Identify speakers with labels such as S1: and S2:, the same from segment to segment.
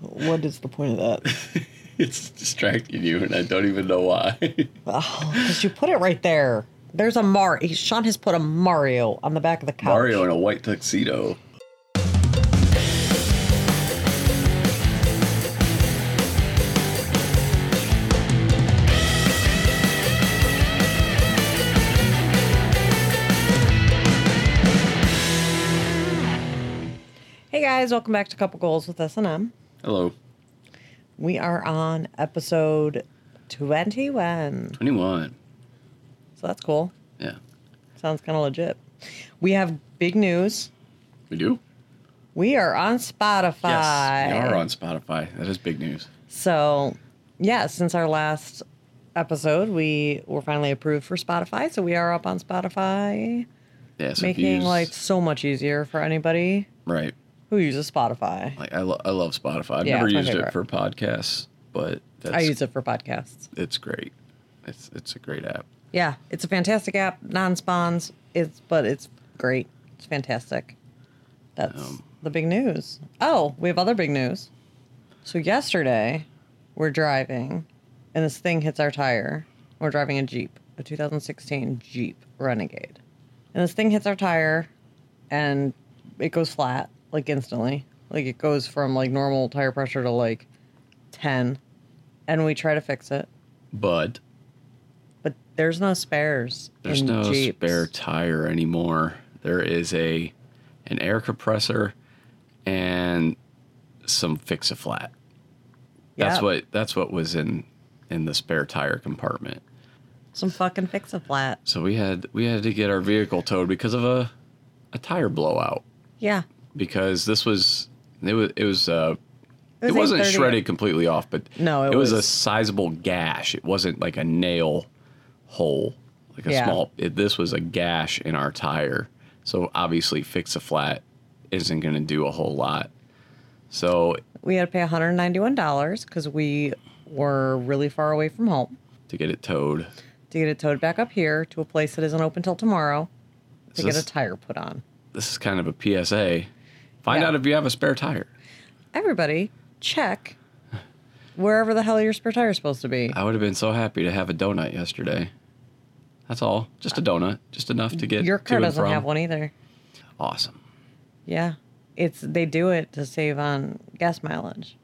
S1: What is the point of that?
S2: it's distracting you, and I don't even know why.
S1: Because you put it right there. There's a Mar. he- Sean has put a Mario on the back of the couch.
S2: Mario in a white tuxedo.
S1: Hey guys, welcome back to Couple Goals with S and M.
S2: Hello,
S1: We are on episode 21,
S2: twenty-one.
S1: so that's cool.
S2: Yeah,
S1: Sounds kind of legit. We have big news.
S2: we do.
S1: We are on Spotify.
S2: we are on Spotify. That is big news.
S1: So, yeah, since our last episode, we were finally approved for Spotify. So we are up on Spotify,
S2: Yeah, so if you
S1: making
S2: use-
S1: life so much easier for anybody
S2: right.
S1: who uses Spotify.
S2: Like I, lo- I love Spotify. I've
S1: Yeah,
S2: never
S1: it's my
S2: used
S1: favorite.
S2: it for podcasts, but that's
S1: I use it for podcasts.
S2: it's great. It's it's a great app.
S1: Yeah, it's a fantastic app. Non-spawns. It's but it's great. It's fantastic. That's
S2: Um,
S1: the big news. Oh, we have other big news. So yesterday, we're driving, and this thing hits our tire. We're driving a Jeep, a 2016 Jeep Renegade, and this thing hits our tire, and it goes flat like instantly. Like it goes from like normal tire pressure to like 10, and we try to fix it.
S2: But
S1: But there's no spares.
S2: there's
S1: in
S2: no
S1: Jeeps.
S2: spare tire anymore. There is a an air compressor and some fix a flat. That's
S1: Yep.
S2: what that's what was in in the spare tire compartment.
S1: Some fucking fix a flat.
S2: So we had we had to get our vehicle towed because of a a tire blowout
S1: Yeah.
S2: because this was it was it was uh it,
S1: was
S2: was not
S1: 8:30.
S2: shredded completely off, but
S1: No, it
S2: was. a
S1: was-
S2: sizable gash. It wasn't like a nail hole, like a
S1: Yeah.
S2: small. It, this was a gash in our tire, so obviously fix a flat isn't going to do a whole lot. So
S1: We had to pay $191 because we were really far away from home
S2: to get it towed,
S1: to get it towed back up here to a place that isn't open till tomorrow to
S2: So
S1: get
S2: this-
S1: a tire put on.
S2: this is kind of a PSA. Find
S1: Yeah.
S2: out if you have a spare tire.
S1: Everybody, check wherever the hell your spare tire is supposed to be.
S2: I would have been so happy to have a donut yesterday. That's all, just a donut, just enough to get
S1: Your car
S2: to and
S1: doesn't
S2: from.
S1: have one either.
S2: Awesome.
S1: Yeah. It's they do it to save on gas mileage.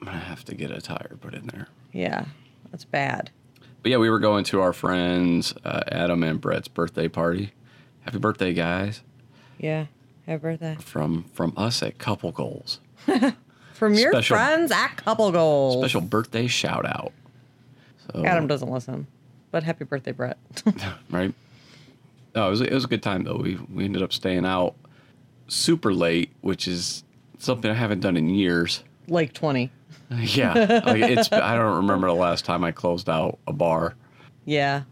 S2: I'm gonna have to get a tire put in there.
S1: Yeah. That's bad.
S2: But yeah, we were going to our friends uh, Adam and Brett's birthday party. Happy birthday, guys!
S1: Yeah. Happy birthday.
S2: From from us at Couple Goals.
S1: From your
S2: Special-
S1: friends at Couple Goals.
S2: Special birthday shout out. So,
S1: Adam doesn't listen, but happy birthday, Brett.
S2: right? No, it was it was a good time though. We we ended up staying out super late, which is something I haven't done in years.
S1: like 20.
S2: Yeah, like it's I don't remember the last time I closed out a bar.
S1: Yeah.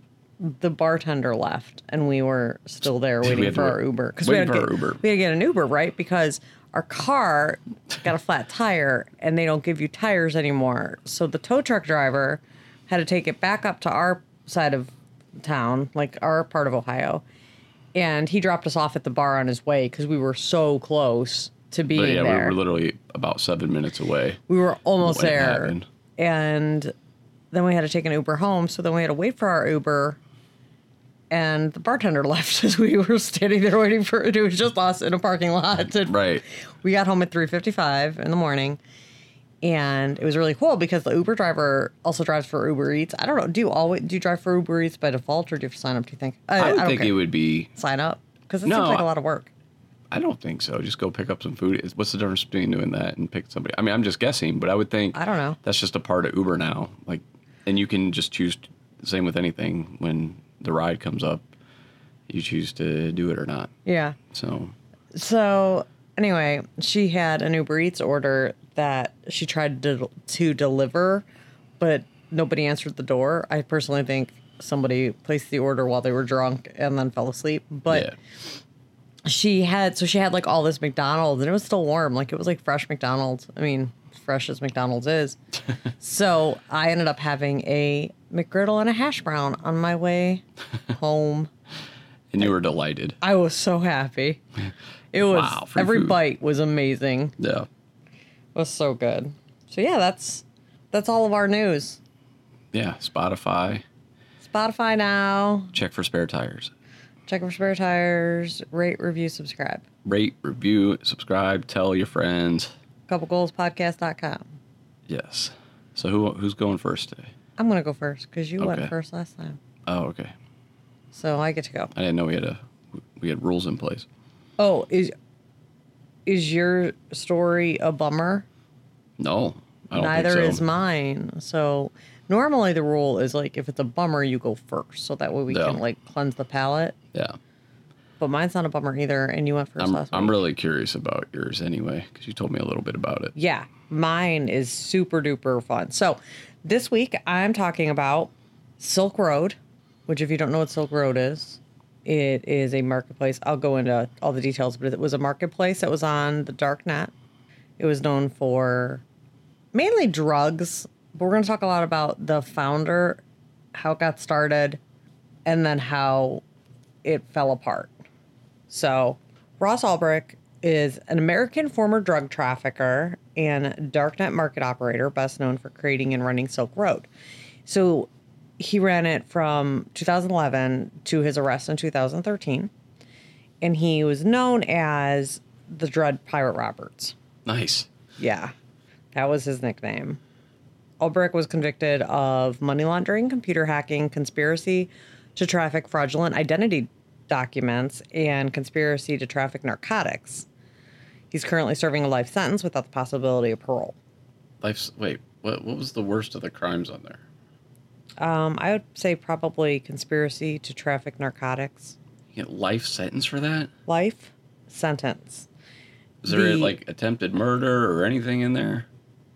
S1: The bartender left, and we were still there
S2: We
S1: waiting
S2: had to
S1: for
S2: wait-
S1: our Uber. Because
S2: waiting for our Uber.
S1: We had to get an Uber, right? Because our car got a flat tire, and they don't give you tires anymore. So the tow truck driver had to take it back up to our side of town, like our part of Ohio. And he dropped us off at the bar on his way because we were so close to being
S2: But yeah,
S1: there.
S2: we were literally about seven minutes away.
S1: We were almost
S2: when it
S1: there.
S2: happened.
S1: And then we had to take an Uber home. So then we had to wait for our Uber. And the bartender left as we were standing there waiting for it. was just us in a parking lot. And
S2: Right.
S1: We got home at 3.55 in the morning. And it was really cool because the Uber driver also drives for Uber Eats. I don't know. Do you always do you drive for Uber Eats by default or do you have to sign up? Do you think?
S2: I would
S1: don't
S2: think
S1: care.
S2: it would be
S1: sign up because it
S2: No,
S1: seems like
S2: I-
S1: a lot of work.
S2: I don't think so. Just go pick up some food. Is- What's the difference between doing that and pick somebody? I mean, I'm just guessing, but I would think
S1: I don't know.
S2: That's just a part of Uber now. Like, and you can just choose. Same with anything. When the ride comes up, you choose to do it or not.
S1: Yeah.
S2: So
S1: So anyway, she had an Uber Eats order that she tried to to deliver, but nobody answered the door. I personally think somebody placed the order while they were drunk and then fell asleep. But
S2: yeah,
S1: she had so she had like all this McDonald's and it was still warm. Like it was like fresh McDonald's. I mean, fresh as McDonald's is. so I ended up having a McGriddle and a hash brown on my way home.
S2: and you were delighted.
S1: I was so happy. It was
S2: Wow, free
S1: every
S2: food.
S1: bite was amazing.
S2: Yeah.
S1: was so good. So yeah, that's that's all of our news.
S2: Yeah, Spotify.
S1: Spotify now.
S2: Check for spare tires.
S1: Check for spare tires. Rate, review, subscribe.
S2: Rate, review, subscribe, tell your friends.
S1: CoupleGoalsPodcast.com.
S2: Yes. So who who's going first today?
S1: I'm gonna go first because you went
S2: Okay.
S1: first last time,
S2: Oh, okay.
S1: so I get to go.
S2: I didn't know we had a we had rules in place.
S1: Oh, is is your story a bummer?
S2: No, I don't
S1: Neither
S2: think so.
S1: is mine. So normally the rule is like if it's a bummer, you go first, so that way we
S2: No.
S1: can like cleanse the palate.
S2: Yeah,
S1: But mine's not a bummer either, and you went 1st
S2: I'm
S1: last
S2: I'm
S1: week.
S2: really curious about yours anyway because you told me a little bit about it.
S1: yeah, mine is super duper fun. So this week I'm talking about Silk Road, which if you don't know what Silk Road is, it is a marketplace. I'll go into all the details, but it was a marketplace that was on the dark net. It was known for mainly drugs, but we're going to talk a lot about the founder, how it got started, and then how it fell apart. So, Ross Ulbrich is an American former drug trafficker and darknet market operator, best known for creating and running Silk Road. So, he ran it from 2011 to his arrest in 2013, and he was known as the Dread Pirate Roberts.
S2: Nice.
S1: Yeah, that was his nickname. Ulbrich was convicted of money laundering, computer hacking, conspiracy to traffic fraudulent identity documents, and conspiracy to traffic narcotics. He's currently serving a life sentence without the possibility of parole.
S2: Life's wait. What what was the worst of the crimes on there?
S1: Um, I would say probably conspiracy to traffic narcotics.
S2: You get life sentence for that?
S1: Life sentence.
S2: Is there
S1: The-
S2: like attempted murder or anything in there?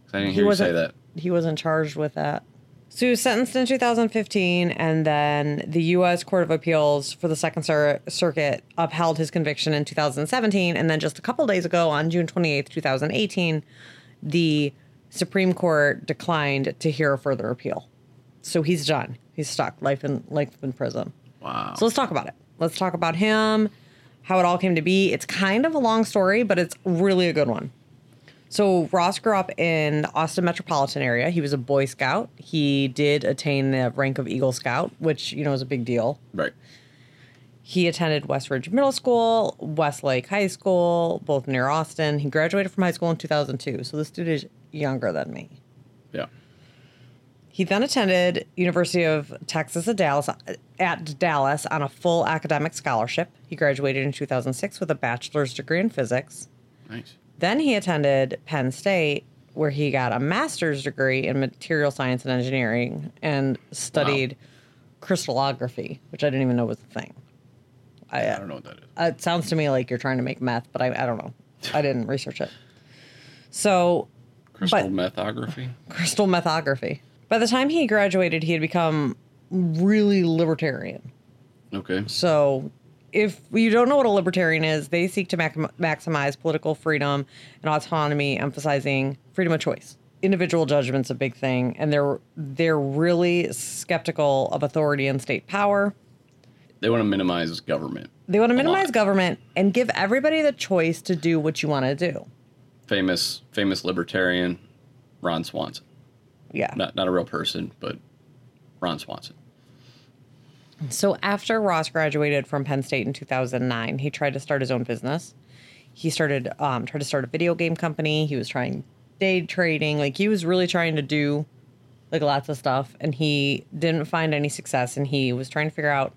S2: 'Cause I didn't
S1: He
S2: hear you say
S1: wasn't-
S2: that.
S1: he wasn't charged with that. So he was sentenced in 2015, and then the U.S. Court of Appeals for the Second Cir- Circuit upheld his conviction in 2017. And then just a couple days ago, on June 28th, 2018, the Supreme Court declined to hear a further appeal. So he's done. He's stuck life in life in prison.
S2: Wow.
S1: So let's talk about it. Let's talk about him, how it all came to be. It's kind of a long story, but it's really a good one. So Ross grew up in the Austin metropolitan area. He was a Boy Scout. He did attain the rank of Eagle Scout, which you know is a big deal.
S2: right.
S1: He attended Westridge Middle School, Westlake High School, both near Austin. He graduated from high school in 2002. So this dude is younger than me.
S2: Yeah.
S1: He then attended University of Texas at Dallas at Dallas on a full academic scholarship. He graduated in 2006 with a bachelor's degree in physics.
S2: Nice.
S1: Then he attended Penn State where he got a master's degree in material science and engineering and studied crystallography, which I didn't even know was a thing. I,
S2: I don't know what that is.
S1: uh, It sounds to me like you're trying to make meth, but I, I don't know. I didn't research it. So
S2: Crystal methography.
S1: crystal methography. By the time he graduated, he had become really libertarian.
S2: Okay.
S1: So, if you don't know what a libertarian is, they seek to mac- maximize political freedom and autonomy, emphasizing freedom of choice. Individual judgment's a big thing, and they're they're really skeptical of authority and state power.
S2: They want to minimize government.
S1: They want to
S2: lot.
S1: minimize government and give everybody the choice to do what you want to do.
S2: Famous famous libertarian Ron Swanson.
S1: Yeah.
S2: Not not a real person, but Ron Swanson.
S1: So after Ross graduated from Penn State in 2009, he tried to start his own business. He started um, tried to start a video game company. He was trying day trading. Like he was really trying to do like lots of stuff, and he didn't find any success. And he was trying to figure out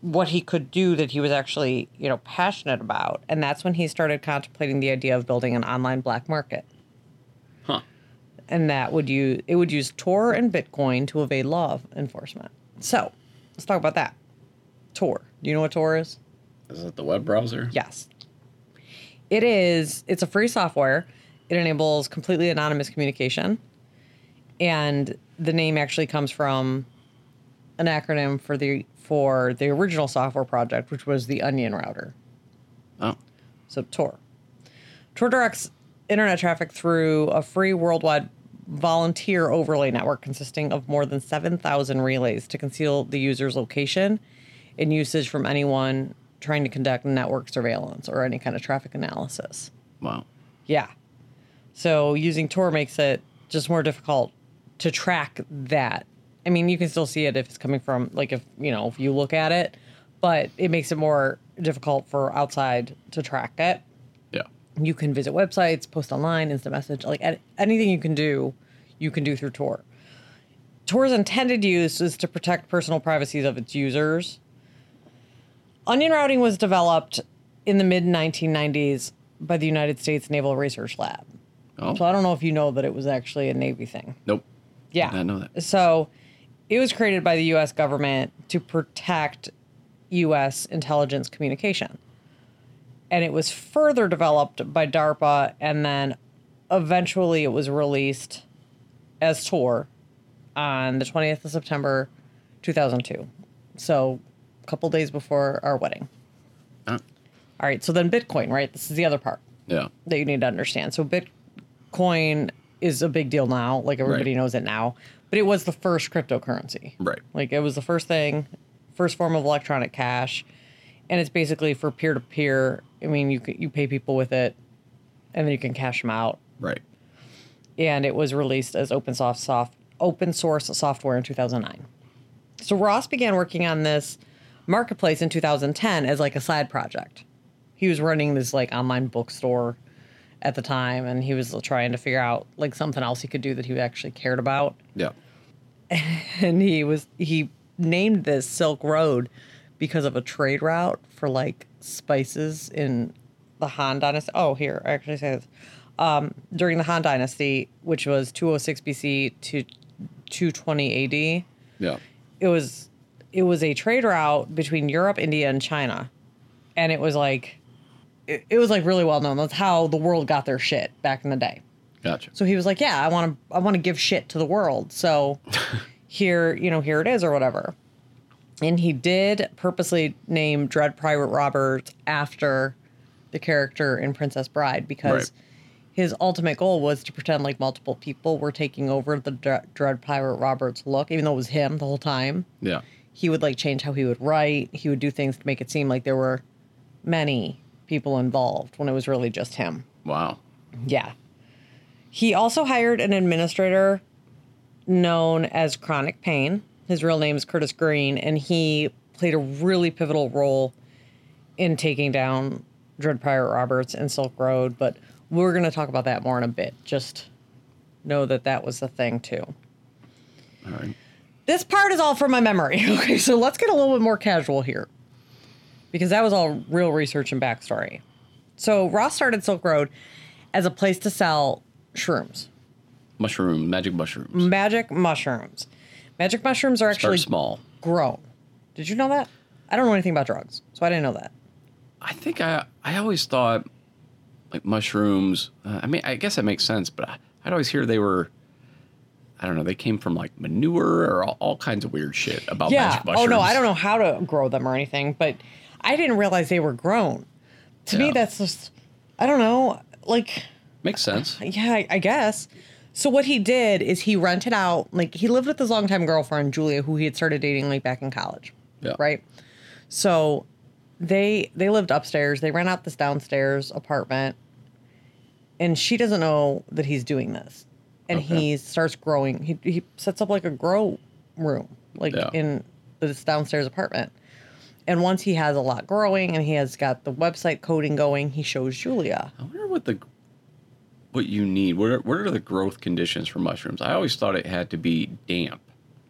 S1: what he could do that he was actually you know passionate about. And that's when he started contemplating the idea of building an online black market,
S2: Huh.
S1: and that would use it would use Tor and Bitcoin to evade law enforcement. So let's talk about that. Tor. Do you know what Tor is?
S2: Is that the web browser?
S1: Yes. It is, it's a free software. It enables completely anonymous communication. And the name actually comes from an acronym for the for the original software project, which was the Onion Router.
S2: Oh.
S1: So Tor. Tor directs internet traffic through a free worldwide volunteer overlay network consisting of more than 7,000 relays to conceal the user's location and usage from anyone trying to conduct network surveillance or any kind of traffic analysis.
S2: Wow.
S1: Yeah. So using Tor makes it just more difficult to track that. I mean, you can still see it if it's coming from like if you know if you look at it, but it makes it more difficult for outside to track it.
S2: Yeah.
S1: You can visit websites, post online, instant message, like an- anything you can do, you can do through Tor. Tor's intended use is to protect personal privacy of its users. Onion routing was developed in the mid 1990s by the United States Naval Research Lab.
S2: Oh.
S1: So I don't know if you know that it was actually a Navy thing.
S2: Nope.
S1: Yeah.
S2: I know that.
S1: So it was created by the US government to protect US intelligence communication. And it was further developed by DARPA and then eventually it was released as Tor on the 20th of September 2002. So a couple days before our wedding.
S2: Uh,
S1: All right, so then Bitcoin, right? This is the other part
S2: yeah.
S1: that you need to understand. So Bitcoin is a big deal now. Like everybody
S2: Right.
S1: knows it now. But it was the first cryptocurrency.
S2: Right.
S1: Like it was the first thing, first form of electronic cash. And it's basically for peer to peer. I mean, you c- you pay people with it and then you can cash them out.
S2: Right.
S1: And it was released as open soft soft open source software in 2009. So Ross began working on this marketplace in 2010 as like a side project. He was running this like online bookstore at the time and he was trying to figure out like something else he could do that he actually cared about
S2: Yeah.
S1: and he was he named this Silk Road because of a trade route for like spices in the Han Dynasty. Oh, here I actually say this um, during the Han Dynasty, which was 206 BC to 220 AD.
S2: Yeah.
S1: It was it was a trade route between Europe, India, and China, and it was like it, it was like really well known. That's how the world got their shit back in the day.
S2: Gotcha.
S1: So he was like, "Yeah, I want to I want to give shit to the world." So here, you know, here it is or whatever. And he did purposely name Dread Pirate Roberts after the character in Princess Bride because
S2: Right.
S1: his ultimate goal was to pretend like multiple people were taking over the Dre- Dread Pirate Roberts look, even though it was him the whole time.
S2: Yeah.
S1: He would like change how he would write. He would do things to make it seem like there were many people involved when it was really just him.
S2: Wow.
S1: Yeah. He also hired an administrator known as Chronic Pain. His real name is Curtis Green, and he played a really pivotal role in taking down Dread Pirate Roberts and Silk Road. But we're going to talk about that more in a bit. Just know that that was the thing, too.
S2: All right.
S1: This part is all from my memory. Okay, so let's get a little bit more casual here because that was all real research and backstory. So, Ross started Silk Road as a place to sell shrooms,
S2: Mushroom. Magic mushrooms.
S1: magic mushrooms. Magic mushrooms are
S2: Start
S1: Mm, actually
S2: small.
S1: grown. Did you know that? I don't know anything about drugs, so I didn't know that.
S2: I think I I always thought like mushrooms. Uh, I mean, I guess that makes sense, but I, I'd always hear they were. I don't know. They came from like manure or all, all kinds of weird shit about
S1: Yeah.
S2: magic
S1: Oh,
S2: mushrooms.
S1: no, I don't know how to grow them or anything, but I didn't realize they were grown. To me,
S2: Yeah.
S1: that's just, I don't know, like.
S2: Makes sense.
S1: Yeah, I, I guess. So what he did is he rented out like he lived with his longtime girlfriend Julia, who he had started dating like back in college.
S2: Yeah.
S1: Right. So they they lived upstairs. They rent out this downstairs apartment, and she doesn't know that he's doing this. And
S2: Okay.
S1: he starts growing. He he sets up like a grow room, like
S2: Yeah.
S1: in this downstairs apartment. And once he has a lot growing, and he has got the website coding going, he shows Julia.
S2: I wonder what the what you need. What are, what are the growth conditions for mushrooms? I always thought it had to be damp.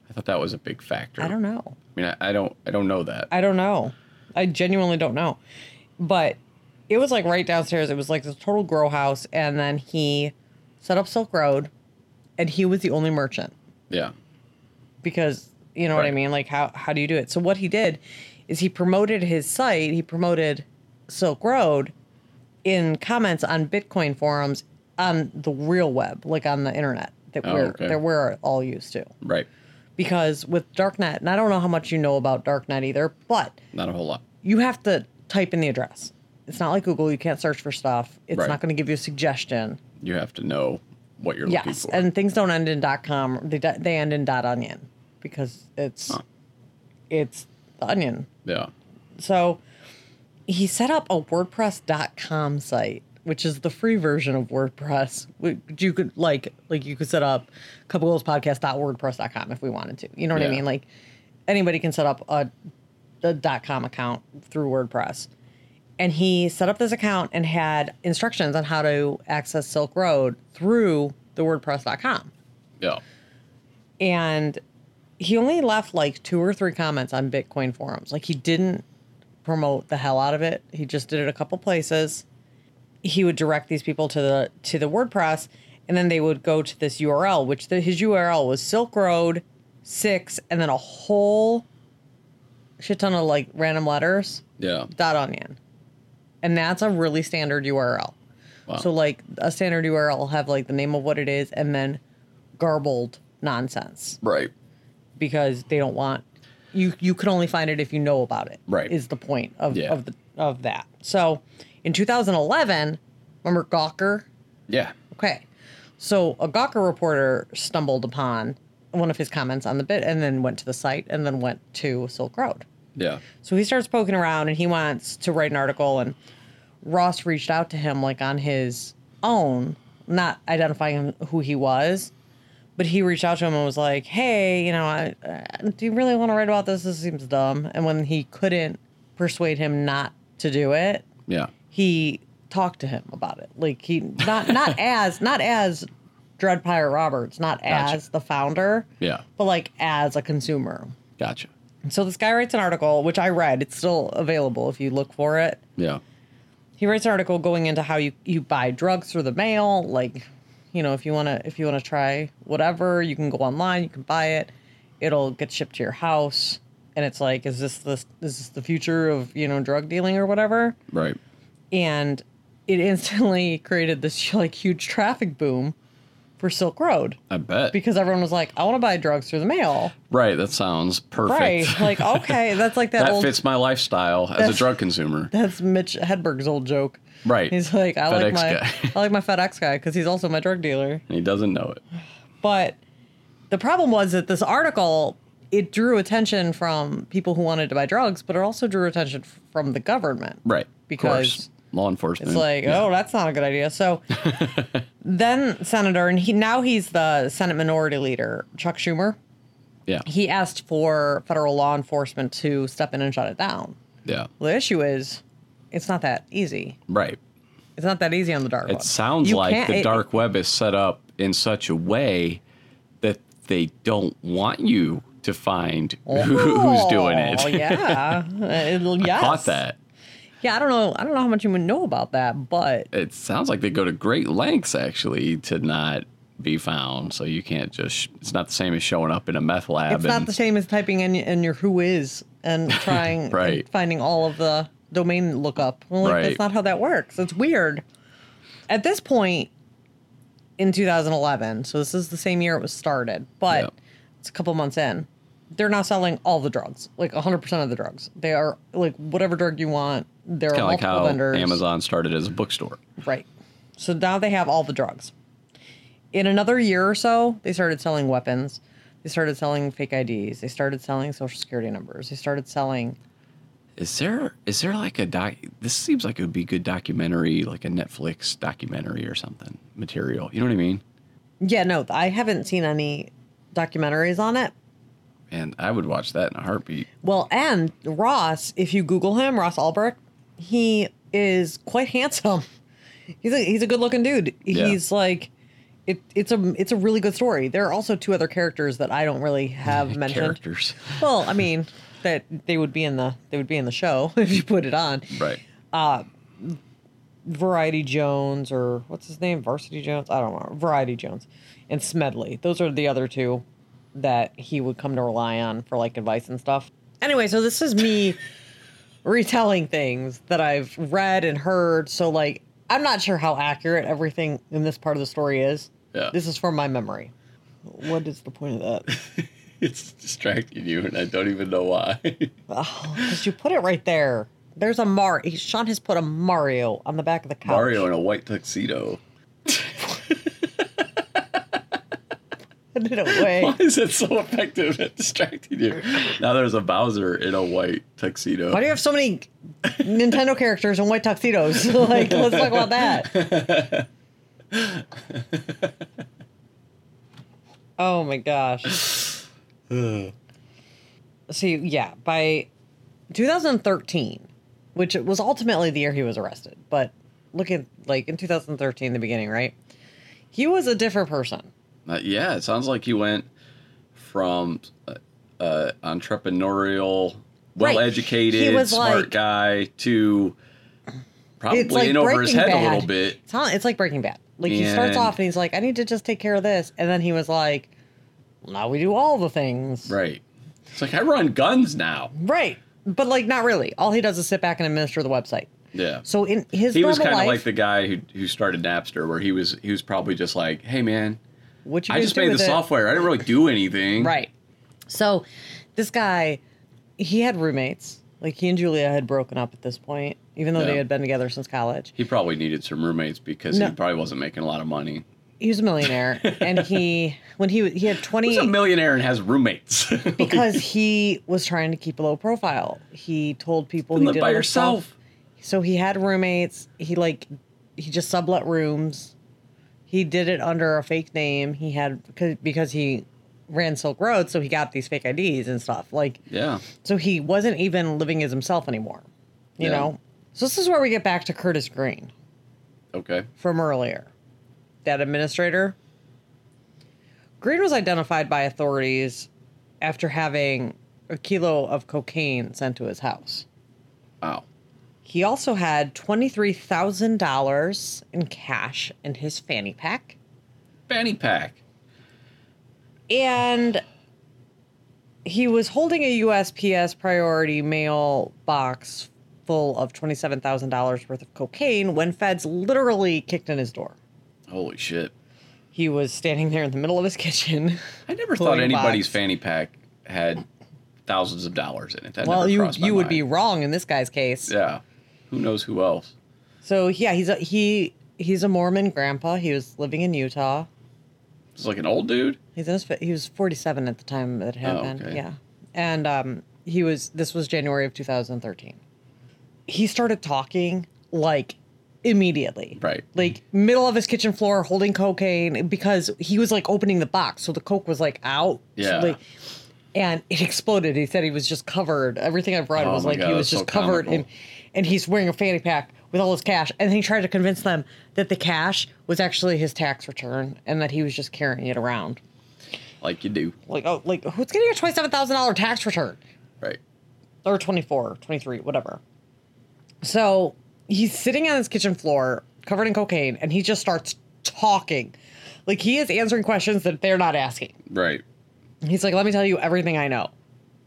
S2: I thought that was a big factor.
S1: I don't know.
S2: I mean, I, I don't. I don't know that.
S1: I don't know. I genuinely don't know. But it was like right downstairs. It was like this total grow house. And then he set up Silk Road and he was the only merchant
S2: yeah.
S1: because you know what I
S2: Right.
S1: mean? Like how, how do you do it? So what he did is he promoted his site, he promoted Silk Road in comments on Bitcoin forums on the real web, like on the internet that
S2: Oh,
S1: we're
S2: okay.
S1: that we're all used to.
S2: Right.
S1: Because with Darknet, and I don't know how much you know about Darknet either, but
S2: Not a whole lot.
S1: you have to type in the address. It's not like Google. You can't search for stuff. It's
S2: Right.
S1: not going to give you a suggestion.
S2: You have to know what you're looking
S1: Yes,
S2: for.
S1: and things don't end in .com. They do- they end in .onion because it's
S2: Huh.
S1: it's the onion.
S2: yeah.
S1: So he set up a WordPress.com site which is the free version of WordPress, which you could like like you could set up couplegirlspodcast.wordpress.com if we wanted to. You know what I
S2: Yeah.
S1: mean? Like anybody can set up a, a dot com account through WordPress. And he set up this account and had instructions on how to access Silk Road through the WordPress.com
S2: Yeah.
S1: and he only left like two or three comments on Bitcoin forums. Like he didn't promote the hell out of it. He just did it a couple places. He would direct these people to the to the WordPress, and then they would go to this URL, which the, his URL was Silk Road six, and then a whole shit ton of like random letters
S2: Yeah.
S1: dot onion, and that's a really standard URL.
S2: Wow.
S1: So like a standard URL will have like the name of what it is, and then garbled nonsense
S2: right.
S1: because they don't want you you can only find it if you know about it
S2: Right.
S1: is the point of
S2: Yeah.
S1: of the of that so in 2011 remember gawker
S2: Yeah.
S1: okay so a gawker reporter stumbled upon one of his comments on the bit and then went to the site and then went to silk road
S2: Yeah.
S1: so he starts poking around and he wants to write an article and Ross reached out to him like on his own, not identifying who he was, but he reached out to him and was like, "Hey, you know, I, uh, do you really want to write about this? This seems dumb." And when he couldn't persuade him not to do it,
S2: Yeah.
S1: he talked to him about it. Like he not not as not as Dread Pirate Roberts, not
S2: Gotcha.
S1: as the founder,
S2: Yeah.
S1: but like as a consumer.
S2: Gotcha.
S1: So this guy writes an article, which I read. It's still available if you look for it.
S2: Yeah.
S1: He writes an article going into how you, you buy drugs through the mail, like, you know, if you wanna if you wanna try whatever, you can go online, you can buy it, it'll get shipped to your house. And it's like, is this the is this the future of, you know, drug dealing or whatever?
S2: Right.
S1: And it instantly created this like huge traffic boom for Silk Road
S2: I bet.
S1: because everyone was like, I wanna buy drugs through the mail.
S2: right. That sounds perfect.
S1: Right. Like, okay, that's like that,
S2: that
S1: old
S2: fits my lifestyle as a drug consumer.
S1: That's Mitch Hedberg's old joke.
S2: Right.
S1: He's like, I like
S2: FedEx
S1: my
S2: guy.
S1: I like my FedEx guy because he's also my drug dealer.
S2: and he doesn't know it.
S1: But the problem was that this article it drew attention from people who wanted to buy drugs, but it also drew attention f- from the government.
S2: Right. Of
S1: Because
S2: course. law enforcement.
S1: It's like,
S2: Yeah.
S1: oh, that's not a good idea. So then senator, and he now he's the Senate Minority Leader Chuck Schumer.
S2: Yeah.
S1: He asked for federal law enforcement to step in and shut it down.
S2: Yeah.
S1: Well, the issue is, it's not that easy.
S2: Right.
S1: It's not that easy on the dark web.
S2: It sounds
S1: You
S2: like
S1: can't-
S2: the
S1: it-
S2: dark web is set up in such a way that they don't want you to find who, who's doing it.
S1: Oh, yeah. It'll, yes.
S2: Caught that.
S1: Yeah, I don't know. I don't know how much you would know about that, but
S2: It sounds like they go to great lengths actually to not be found. So you can't just. It's not the same as showing up in a meth lab.
S1: it's
S2: and-
S1: not the same as typing in, in your who is and trying
S2: Right.
S1: and finding all of the domain lookup. Well, like, That's
S2: Right.
S1: not how that works. It's weird. At this point in 2011, so this is the same year it was started, but
S2: Yeah.
S1: it's a couple months in. They're now selling all the drugs, like 100% of the drugs. They are like whatever drug you want. There are
S2: Kind of like
S1: multiple
S2: how
S1: vendors.
S2: Amazon started as a bookstore.
S1: Right. So now they have all the drugs. In another year or so, they started selling weapons. They started selling fake IDs. They started selling social security numbers. They started selling.
S2: Is there is there like a doc? This seems like it would be good documentary, like a Netflix documentary or something material. You know what I mean?
S1: Yeah, no, I haven't seen any documentaries on it.
S2: And I would watch that in a heartbeat.
S1: Well, and Ross, if you Google him, Ross Albrecht, he is quite handsome. He's a he's a good looking dude.
S2: Yeah.
S1: He's like, it, it's a it's a really good story. There are also two other characters that I don't really have mentioned.
S2: Characters,
S1: Well, I mean that they would be in the they would be in the show if you put it on.
S2: right?
S1: Variety Jones or what's his name? Varsity Jones? I don't know. Variety Jones and Smedley. Those are the other two that he would come to rely on for like advice and stuff. Anyway, so this is me retelling things that I've read and heard. So like I'm not sure how accurate everything in this part of the story is.
S2: Yeah.
S1: This is from my memory. What is the point of that?
S2: It's distracting you, and I don't even know why.
S1: Because you put it right there. There's a Mar. he- Sean has put a Mario on the back of the couch.
S2: Mario in a white tuxedo.
S1: Put it away.
S2: Why is it so effective at distracting you? Now there's a Bowser in a white tuxedo.
S1: Why do you have so many Nintendo characters in white tuxedos? like, let's talk about that. oh my gosh. See, yeah, by 2013, which was ultimately the year he was arrested, but look at, like, in 2013, the beginning, right? He was a different person.
S2: Uh, yeah, it sounds like you went from uh, uh, entrepreneurial,
S1: Right.
S2: well-educated,
S1: He was
S2: smart
S1: like-
S2: guy to probably in over his
S1: Breaking
S2: head a little
S1: Bad.
S2: bit.
S1: It's, not- it's like Breaking Bad. Like he starts
S2: And-
S1: off and he's like, I need to just take care of this, and then he was like, Now we do all the things.
S2: Right. It's like I run guns now.
S1: Right. But like not really. All he does is sit back and administer the website.
S2: Yeah.
S1: So in his
S2: he was
S1: normal
S2: kind of
S1: life,
S2: like the guy who who started Napster, where he was he was probably just like, "Hey man,
S1: what you
S2: I
S1: gonna
S2: just
S1: do
S2: made the
S1: with it?
S2: software. I didn't really do anything."
S1: Right. So this guy, he had roommates. Like he and Julia had broken up at this point, even though they
S2: Yeah.
S1: had been together since college.
S2: He probably needed some roommates because
S1: No.
S2: he probably wasn't making a lot of money.
S1: He was a millionaire, and he when he he had twenty
S2: He's a millionaire and has roommates.
S1: because he was trying to keep a low profile. He told people he
S2: live
S1: did
S2: by
S1: it himself.
S2: yourself.
S1: So he had roommates. He like he just sublet rooms. He did it under a fake name. He had because because he ran Silk Road, so he got these fake IDs and stuff. Like
S2: yeah.
S1: so he wasn't even living as himself anymore. You
S2: Yeah.
S1: know? So this is where we get back to Curtis Green
S2: Okay.
S1: from earlier. That administrator. Green was identified by authorities after having a kilo of cocaine sent to his house.
S2: Wow.
S1: He also had $23,000 in cash in his fanny pack.
S2: Fanny pack.
S1: And he was holding a USPS priority mail box full of $27,000 worth of cocaine when feds literally kicked in his door.
S2: Holy shit.
S1: He was standing there in the middle of his kitchen.
S2: I never
S1: Pulling
S2: thought
S1: a
S2: anybody's
S1: box.
S2: fanny pack had thousands of dollars in it. That
S1: well,
S2: never
S1: you
S2: crossed my
S1: you would be
S2: mind.
S1: wrong in this guy's case.
S2: Yeah. Who knows who else?
S1: So yeah, he's a, he he's a Mormon grandpa. He was living in Utah.
S2: It's like an old dude.
S1: He's in his, fi- he was 47 at the time that it happened.
S2: Oh, okay.
S1: Yeah. And um, he was, this was January of 2013. He started talking like immediately.
S2: Right.
S1: Like middle of his kitchen floor holding cocaine because he was like opening the box. So the coke was like out. So,
S2: Yeah.
S1: like- and it exploded. He said he was just covered. Everything I've read
S2: Oh
S1: was
S2: my
S1: like he
S2: God,
S1: was
S2: that's
S1: just
S2: so
S1: covered in,
S2: comical.
S1: and he's wearing a fanny pack with all his cash. And he tried to convince them that the cash was actually his tax return and that he was just carrying it around.
S2: Like you do.
S1: Like, oh, like who's getting a twenty-seven thousand dollar tax return
S2: Right.
S1: or 24, 23, whatever? So he's sitting on his kitchen floor covered in cocaine, and he just starts talking, like he is answering questions that they're not asking.
S2: Right.
S1: He's like, let me tell you everything I know.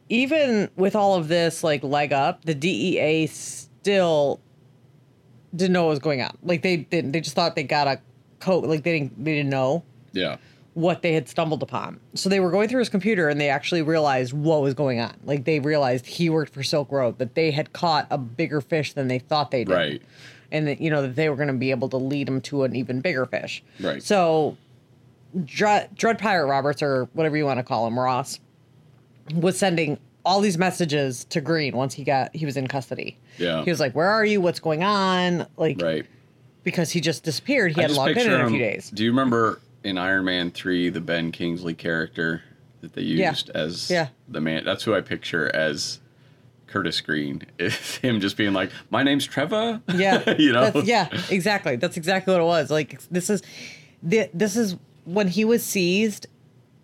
S1: Even with all of this, like leg up, the DEA still didn't know what was going on. Like they didn't. They just thought they got a coat. Like they didn't. They didn't know
S2: Yeah.
S1: what they had stumbled upon. So they were going through his computer and they actually realized what was going on. Like they realized he worked for Silk Road, that they had caught a bigger fish than they thought they did.
S2: Right.
S1: And that, you know, that they were going to be able to lead him to an even bigger fish.
S2: Right.
S1: So Dr- Dread Pirate Roberts, or whatever you want to call him, Ross, was sending all these messages to Green once he got, he was in custody.
S2: Yeah.
S1: He was like, where are you? What's going on? Like,
S2: Right.
S1: because he just disappeared. He
S2: I
S1: had
S2: just
S1: logged in
S2: picture
S1: in a few
S2: him-
S1: days.
S2: Do you remember in Iron Man 3 the Ben Kingsley character that they
S1: Yeah.
S2: used as
S1: Yeah.
S2: the man? That's who I picture as Curtis Green. It's him just being like, "My name's Trevor."
S1: Yeah.
S2: you know.
S1: That's, yeah, exactly. That's exactly what it was. Like this is thi- this is when he was seized,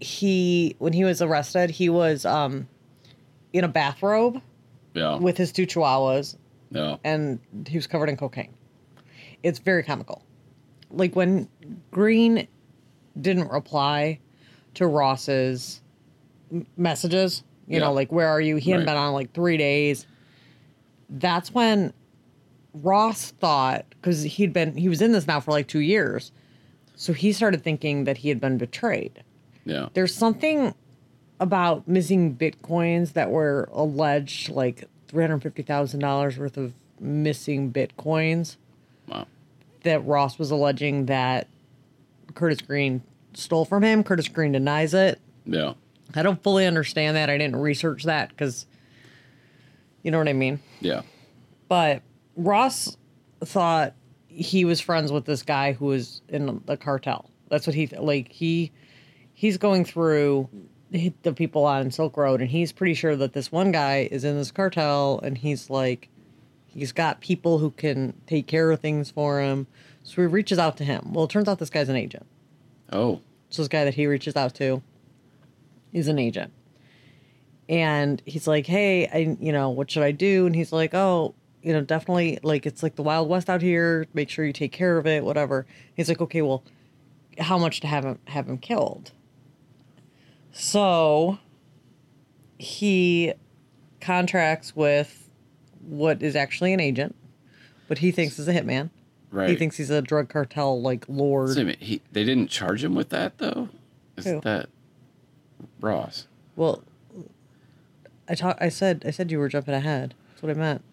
S1: he when he was arrested, he was um in a bathrobe
S2: Yeah.
S1: with his two chihuahuas
S2: no.
S1: and he was covered in cocaine. It's very comical. Like when Green didn't reply to Ross's m- messages, you
S2: Yeah.
S1: know, like, where are you? He hadn't
S2: Right.
S1: been on like three days. That's when Ross thought, because he'd been, he was in this now for like two years. So he started thinking that he had been betrayed
S2: Yeah.
S1: there's something about missing bitcoins that were alleged like $350,000 worth of missing bitcoins
S2: Wow.
S1: that Ross was alleging that Curtis Green stole from him. Curtis Green denies it.
S2: Yeah.
S1: I don't fully understand that. I didn't research that because you know what I mean.
S2: Yeah.
S1: But Ross thought he was friends with this guy who was in the cartel. That's what he like. He he's going through the people on Silk Road, and he's pretty sure that this one guy is in this cartel, and he's like, he's got people who can take care of things for him. So he reaches out to him. Well, it turns out this guy's an agent.
S2: Oh.
S1: So this guy that he reaches out to is an agent. And he's like, hey, I, you know, what should I do? And he's like, oh, you know, definitely, like, it's like the Wild West out here. Make sure you take care of it, whatever. He's like, okay, well, how much to have him, have him killed? So he contracts with what is actually an agent, but he thinks is a hitman.
S2: Right.
S1: He thinks he's a drug cartel, like, lord.
S2: Wait a minute, He, they didn't charge him with that though. Is
S1: Who?
S2: that Ross?
S1: Well, I talk, I said I said you were jumping ahead. That's what I meant.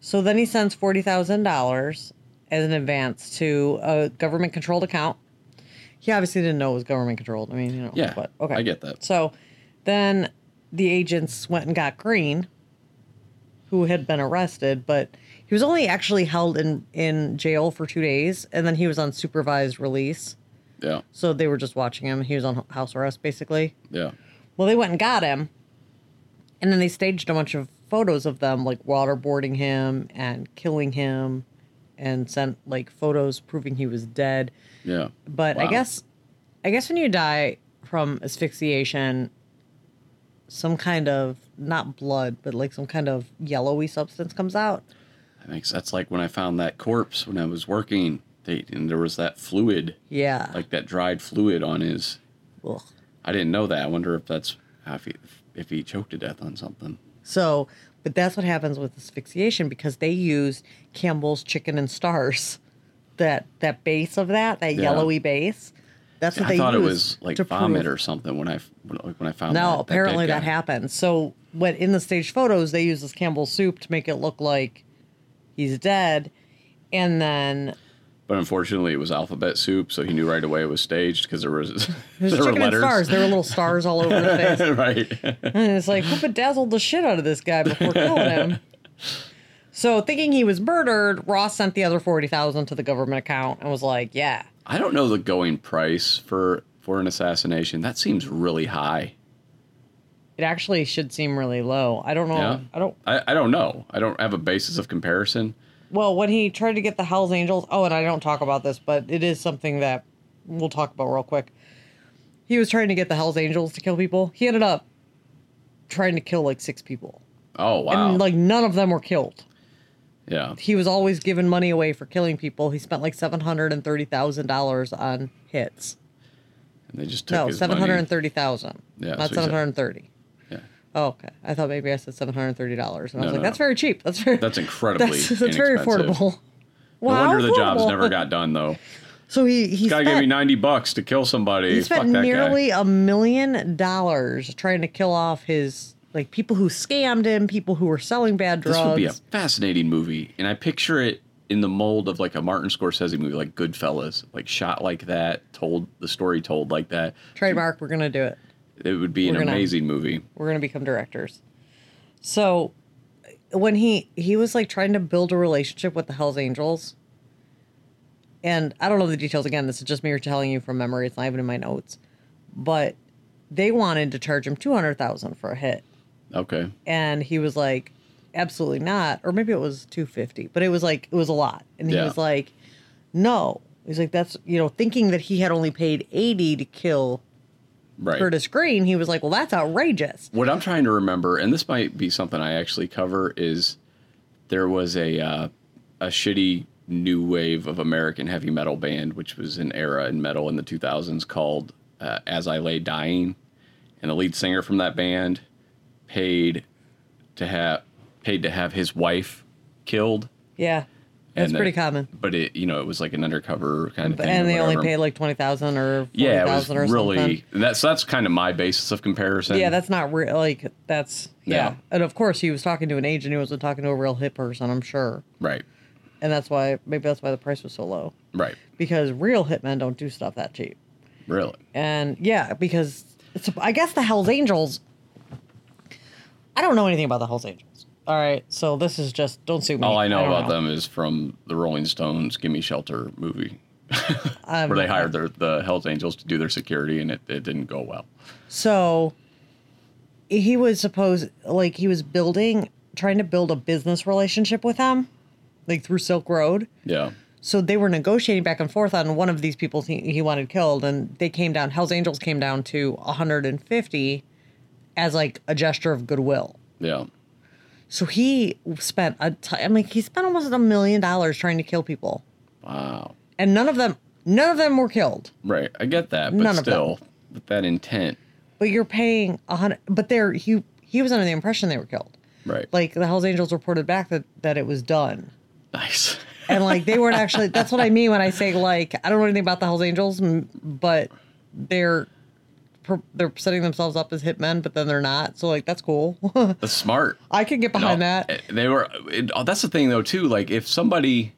S1: So then he sends forty thousand dollars as an advance to a government controlled account. He obviously didn't know it was government controlled. I mean, you know.
S2: Yeah,
S1: But okay.
S2: I get that.
S1: So then the agents went and got Green, who had been arrested, but he was only actually held in in jail for two days, and then he was on supervised release.
S2: Yeah.
S1: So they were just watching him. He was on house arrest basically.
S2: Yeah.
S1: Well, they went and got him, and then they staged a bunch of photos of them, like waterboarding him and killing him, and sent like photos proving he was dead.
S2: Yeah.
S1: But I
S2: Wow.
S1: guess, I guess when you die from asphyxiation, some kind of not blood, but like some kind of yellowy substance comes out.
S2: I think that's like when I found that corpse when I was working, they, and there was that fluid,
S1: Yeah.
S2: like that dried fluid on his.
S1: Ugh.
S2: I didn't know that. I wonder if that's if he, if he choked to death on something.
S1: So, but that's what happens with asphyxiation because they used Campbell's chicken and stars, that that base of that, that
S2: Yeah.
S1: yellowy base. That's what
S2: I
S1: they
S2: thought it was
S1: used
S2: like
S1: to
S2: vomit
S1: prove-
S2: or something when I f- when, like, when I found that-
S1: No,
S2: that dead
S1: apparently that
S2: guy.
S1: happened. So, what in the stage photos they use this Campbell's soup to make it look like he's dead, and then
S2: But unfortunately, it was alphabet soup, so he knew right away it was staged because there was
S1: there's
S2: there were
S1: chicken and
S2: letters.
S1: stars. There were little stars all over the face.
S2: right.
S1: And it's like, who bedazzled the shit out of this guy before killing him? So thinking he was murdered, Ross sent the other forty thousand to the government account and was like, Yeah.
S2: I don't know the going price for for an assassination. That seems really high.
S1: It actually should seem really low. I don't know.
S2: Yeah.
S1: Oh, I don't
S2: I, I don't know. I don't have a basis of comparison.
S1: well, when he tried to get the Hells Angels, oh, and I don't talk about this, but it is something that we'll talk about real quick. He was trying to get the Hells Angels to kill people. He ended up trying to kill like six people.
S2: Oh wow.
S1: And like none of them were killed.
S2: yeah.
S1: he was always giving money away for killing people. He spent like seven hundred and thirty thousand dollars on hits.
S2: And they just took
S1: No,
S2: his
S1: seven hundred and
S2: money.
S1: thirty thousand.
S2: Yeah,
S1: not
S2: that's what he said.
S1: seven hundred thirty.
S2: Yeah.
S1: Oh, okay. I thought maybe I said seven hundred thirty dollars, and I
S2: No,
S1: was like,
S2: no,
S1: "That's
S2: no.
S1: very cheap. That's very
S2: That's incredibly
S1: That's, that's very
S2: inexpensive.
S1: affordable."
S2: No
S1: Wow,
S2: wonder the jobs
S1: affordable.
S2: never got done though.
S1: So he he
S2: This guy
S1: spent,
S2: gave me ninety bucks to kill somebody.
S1: he
S2: Fuck
S1: spent
S2: that guy.
S1: nearly a million dollars trying to kill off his like people who scammed him, people who were selling bad drugs.
S2: This would be a fascinating movie, and I picture it in the mold of like a Martin Scorsese movie, like Goodfellas, like shot like that, told the story told like that.
S1: Trademark. We're gonna do it.
S2: It would be an
S1: We're gonna-
S2: amazing movie.
S1: we're gonna become directors. So when he he was like trying to build a relationship with the Hells Angels, and I don't know the details again. This is just me telling you from memory. It's not even in my notes, but they wanted to charge him two hundred thousand for a hit,
S2: Okay.
S1: and he was like, "Absolutely not," or maybe it was two fifty, but it was like it was a lot, and he
S2: Yeah.
S1: was like, "No." He's like, that's, you know, thinking that he had only paid 80 to kill
S2: Right.
S1: Curtis Green, he was like, well, that's outrageous.
S2: What I'm trying to remember, and this might be something I actually cover, is there was a uh, a shitty new wave of American heavy metal band, which was an era in metal in the 2000s called uh, As I Lay Dying, and the lead singer from that band paid to have paid to have his wife killed.
S1: Yeah. That's
S2: And the-
S1: pretty common.
S2: But it, you know, it was like an undercover kind of
S1: But,
S2: thing. or
S1: and they only
S2: whatever.
S1: paid like twenty thousand or forty
S2: Yeah, it was
S1: thousand or something.
S2: really. That's that's kind of my basis of comparison.
S1: Yeah, that's not real. Like that's yeah.
S2: Yeah.
S1: And of course, he was talking to an agent. He wasn't talking to a real hit person, I'm sure.
S2: right,
S1: And that's why maybe that's why the price was so low
S2: right,
S1: because real hitmen don't do stuff that cheap.
S2: Really?
S1: and yeah, because it's, I guess the Hell's Angels. I don't know anything about the Hell's Angels. All right, so this is just don't sue me.
S2: All I know
S1: don't
S2: about them is from the Rolling Stones "Gimme Shelter" movie,
S1: Um,
S2: where they hired their, the Hell's Angels to do their security, and it, it didn't go well.
S1: So he was supposed like he was building, trying to build a business relationship with them, like through Silk Road.
S2: Yeah,
S1: So they were negotiating back and forth on one of these people he, he wanted killed, and they came down. Hell's Angels came down to 150 as like a gesture of goodwill.
S2: yeah.
S1: So he spent a t- I mean, he spent almost a million dollars trying to kill people,
S2: Wow.
S1: and none of them, none of them were killed.
S2: Right. I get that, but
S1: None of
S2: still, with that intent.
S1: But you're paying a hundred. But there, he he was under the impression they were killed.
S2: Right.
S1: Like the Hell's Angels reported back that that it was done,
S2: nice.
S1: and like they weren't actually. That's what I mean when I say like I don't know anything about the Hell's Angels, m- but they're per- they're setting themselves up as hitmen, but then they're not. So like that's cool.
S2: That's smart.
S1: I can get behind that.
S2: eh, They were. It, oh, that's the thing, though, too. Like, if somebody,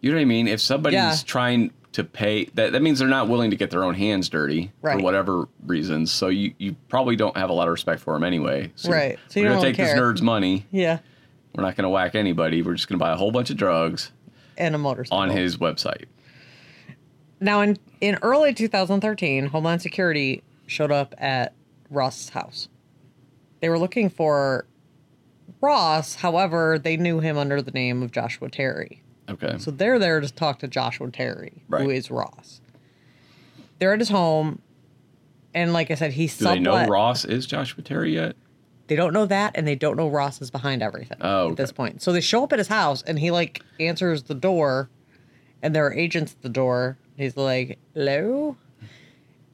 S2: you know what I mean. If somebody's
S1: Yeah.
S2: trying to pay, that that means they're not willing to get their own hands dirty
S1: Right.
S2: for whatever reasons. So you you probably don't have a lot of respect for them anyway. So
S1: Right. So you
S2: we're
S1: don't
S2: gonna take this
S1: care.
S2: nerd's money.
S1: Yeah,
S2: We're not gonna whack anybody. We're just gonna buy a whole bunch of drugs
S1: and a motorcycle
S2: on his website.
S1: Now, in, in early 2013, Homeland Security showed up at Ross's house. They were looking for Ross, however, they knew him under the name of Joshua Terry.
S2: Okay.
S1: So they're there to talk to Joshua Terry, who
S2: Right.
S1: is Ross. They're at his home, and like I said, he
S2: Do they know
S1: sublet-
S2: Ross is Joshua Terry yet?
S1: They don't know that, and they don't know Ross is behind everything
S2: Oh,
S1: at this point. So they show up at his house, and he like answers the door, and there are agents at the door. He's like, "Hello,"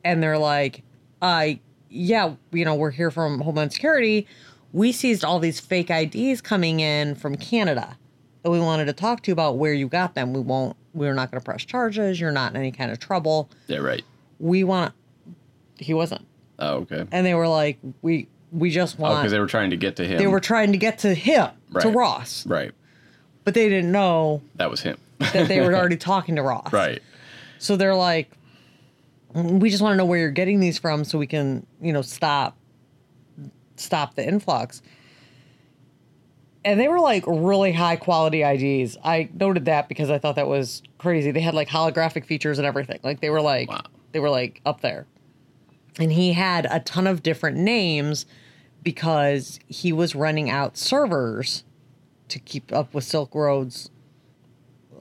S1: and they're like, "I, yeah, you know, we're here from Homeland Security. We seized all these fake IDs coming in from Canada, and we wanted to talk to you about where you got them. We won't. We're not going to press charges. You're not in any kind of trouble.
S2: Yeah. Right.
S1: We want." He wasn't,
S2: Oh, okay.
S1: and they were like, "We." We just
S2: Oh,
S1: want
S2: because they were trying to get to him.
S1: they were trying to get to him to
S2: Right.
S1: Ross,
S2: right.
S1: but they didn't know
S2: That was him.
S1: that they were already talking to Ross.
S2: right.
S1: So they're like, "We just want to know where you're getting these from, so we can, you know, stop, stop the influx." And they were like really high quality IDs. I noted that because I thought that was crazy. They had like holographic features and everything. Like they were like
S2: Wow.
S1: they were like up there. And he had a ton of different names because he was running out servers to keep up with Silk Road's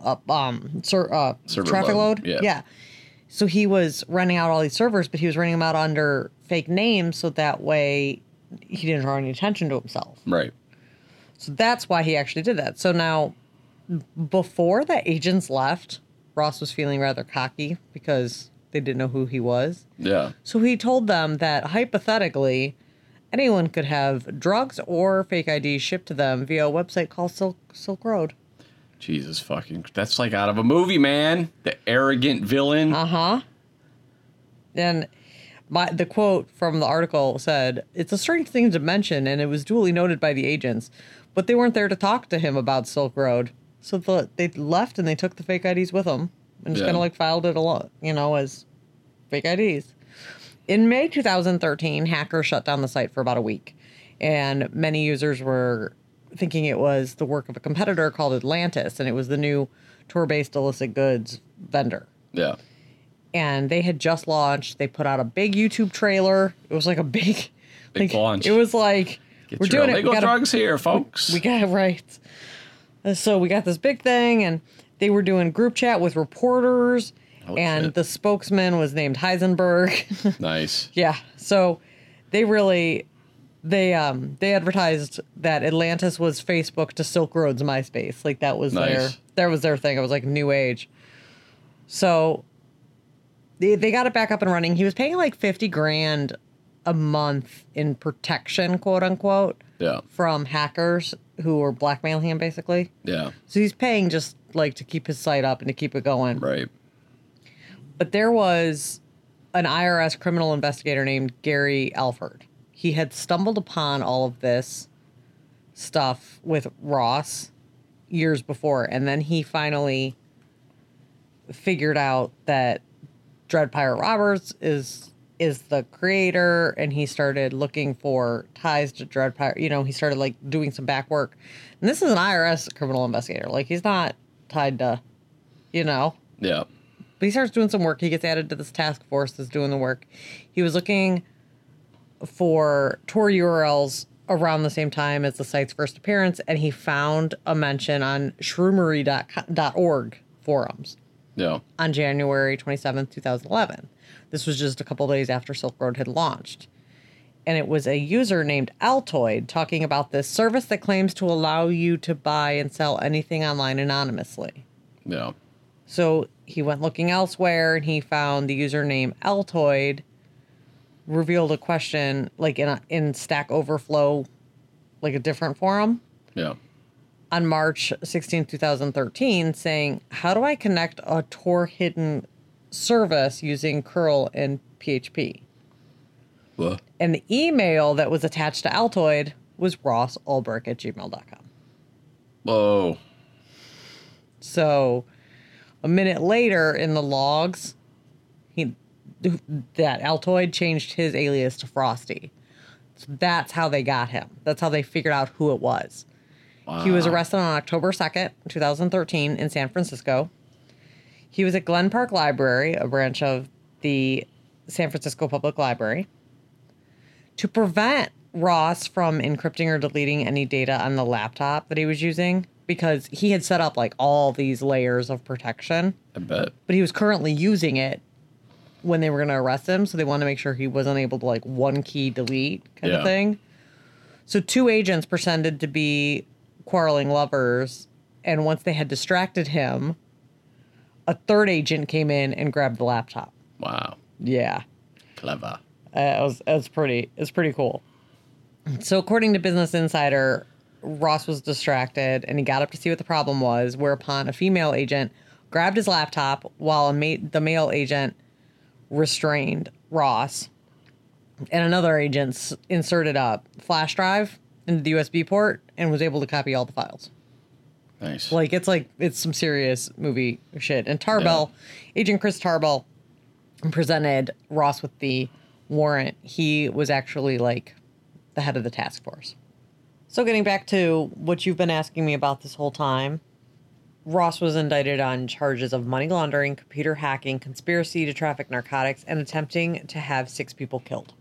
S1: up um ser- uh,
S2: Server
S1: traffic load.
S2: load, yeah.
S1: So he was running out all these servers, but he was running them out under fake names so that way he didn't draw any attention to himself.
S2: Right.
S1: So that's why he actually did that. So now, before the agents left, Ross was feeling rather cocky because they didn't know who he was.
S2: Yeah.
S1: So he told them that hypothetically, anyone could have drugs or fake ID shipped to them via a website called Silk, Silk Road.
S2: Jesus fucking. That's like out of a movie, man. The arrogant villain.
S1: Uh huh. And my the quote from the article said, "It's a strange thing to mention, and it was duly noted by the agents, but they weren't there to talk to him about Silk Road, so the, they left and they took the fake IDs with them and just
S2: Yeah.
S1: kind of like filed it along, you know, as fake IDs." In May 2013, hackers shut down the site for about a week, and many users were thinking it was the work of a competitor called Atlantis, and it was the new tour-based illicit goods vendor
S2: yeah.
S1: and they had just launched. They put out a big YouTube trailer. It was like a big, like,
S2: Big launch.
S1: It was like
S2: Get
S1: we're
S2: your
S1: doing it.
S2: illegal
S1: We got, a,
S2: drugs here, folks.
S1: we got it right. And So we got this big thing, and they were doing group chat with reporters,
S2: Holy
S1: and
S2: Oh, shit.
S1: the spokesman was named Heisenberg.
S2: nice.
S1: yeah, so they really they um they advertised that Atlantis was Facebook to Silk Road's MySpace. Like that was their
S2: Nice.
S1: that was their thing. It was like new age. So they they got it back up and running. He was paying like fifty grand a month in protection, quote unquote,
S2: Yeah.
S1: from hackers who were blackmailing him basically.
S2: Yeah.
S1: So he's paying just like to keep his site up and to keep it going.
S2: Right.
S1: But there was an IRS criminal investigator named Gary Alford. He had stumbled upon all of this stuff with Ross years before, and then he finally figured out that Dread Pirate Roberts is is the creator and he started looking for ties to Dread Pirate. You know, he started like doing some back work. And this is an IRS criminal investigator. Like he's not tied to, you know,
S2: Yeah.
S1: but he starts doing some work. He gets added to this task force that's doing the work. He was looking for tour URLs around the same time as the site's first appearance, and he found a mention on shroomery.org forums
S2: Yeah.
S1: on January 27th, 2011. This was just a couple days after Silk Road had launched. And it was a user named Altoid talking about this service that claims to allow you to buy and sell anything online anonymously.
S2: Yeah.
S1: So he went looking elsewhere and he found the username Altoid revealed a question like in a, in Stack Overflow, like a different forum
S2: Yeah.
S1: on March 16, 2013, saying, How do I connect a Tor hidden service using curl and PHP?
S2: Well,
S1: And the email that was attached to Altoid was rossalbrick at gmail.com.
S2: Whoa.
S1: So a minute later in the logs, he that Altoid changed his alias to Frosty. So that's how they got him. That's how they figured out who it was.
S2: Wow.
S1: He was arrested on October 2nd, 2013 in San Francisco. He was at Glen Park Library, a branch of the San Francisco Public Library. To prevent Ross from encrypting or deleting any data on the laptop that he was using, because he had set up like all these layers of protection,
S2: I bet.
S1: but he was currently using it when they were going to arrest him. So they wanted to make sure he wasn't able to like one key delete kind
S2: Yeah.
S1: of thing. So two agents pretended to be quarreling lovers, and once they had distracted him, a third agent came in and grabbed the laptop.
S2: Wow.
S1: Yeah,
S2: Clever.
S1: uh, it was it was pretty it's pretty cool. So according to Business Insider, Ross was distracted and he got up to see what the problem was. Whereupon a female agent grabbed his laptop while a ma- the male agent restrained Ross, and another agent s- inserted a flash drive into the USB port and was able to copy all the files.
S2: Nice.
S1: Like it's like it's some serious movie shit. And Tarbell, Agent Chris Tarbell, presented Ross with the warrant. He was actually like the head of the task force. So getting back to what you've been asking me about this whole time, Ross was indicted on charges of money laundering, computer hacking, conspiracy to traffic narcotics, and attempting to have six people killed.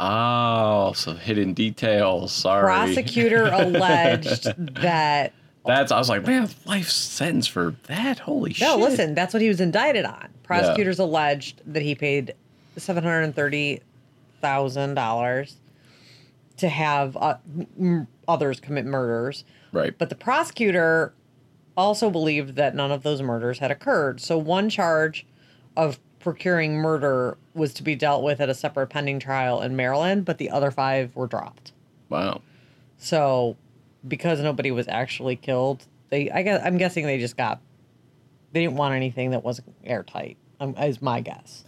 S2: oh, so hidden details. Sorry.
S1: Prosecutor alleged that
S2: That's. I was like, man, life sentence for that. Holy shit.
S1: No, listen, that's what he was indicted on. Prosecutors alleged that he paid seven hundred and thirty thousand dollars to have uh, m- others commit murders,
S2: Right.
S1: but the prosecutor also believed that none of those murders had occurred. So one charge of procuring murder was to be dealt with at a separate pending trial in Maryland, but the other five were dropped.
S2: wow.
S1: So, because nobody was actually killed, they I guess I'm guessing they just got they didn't want anything that wasn't airtight. Um, is my guess.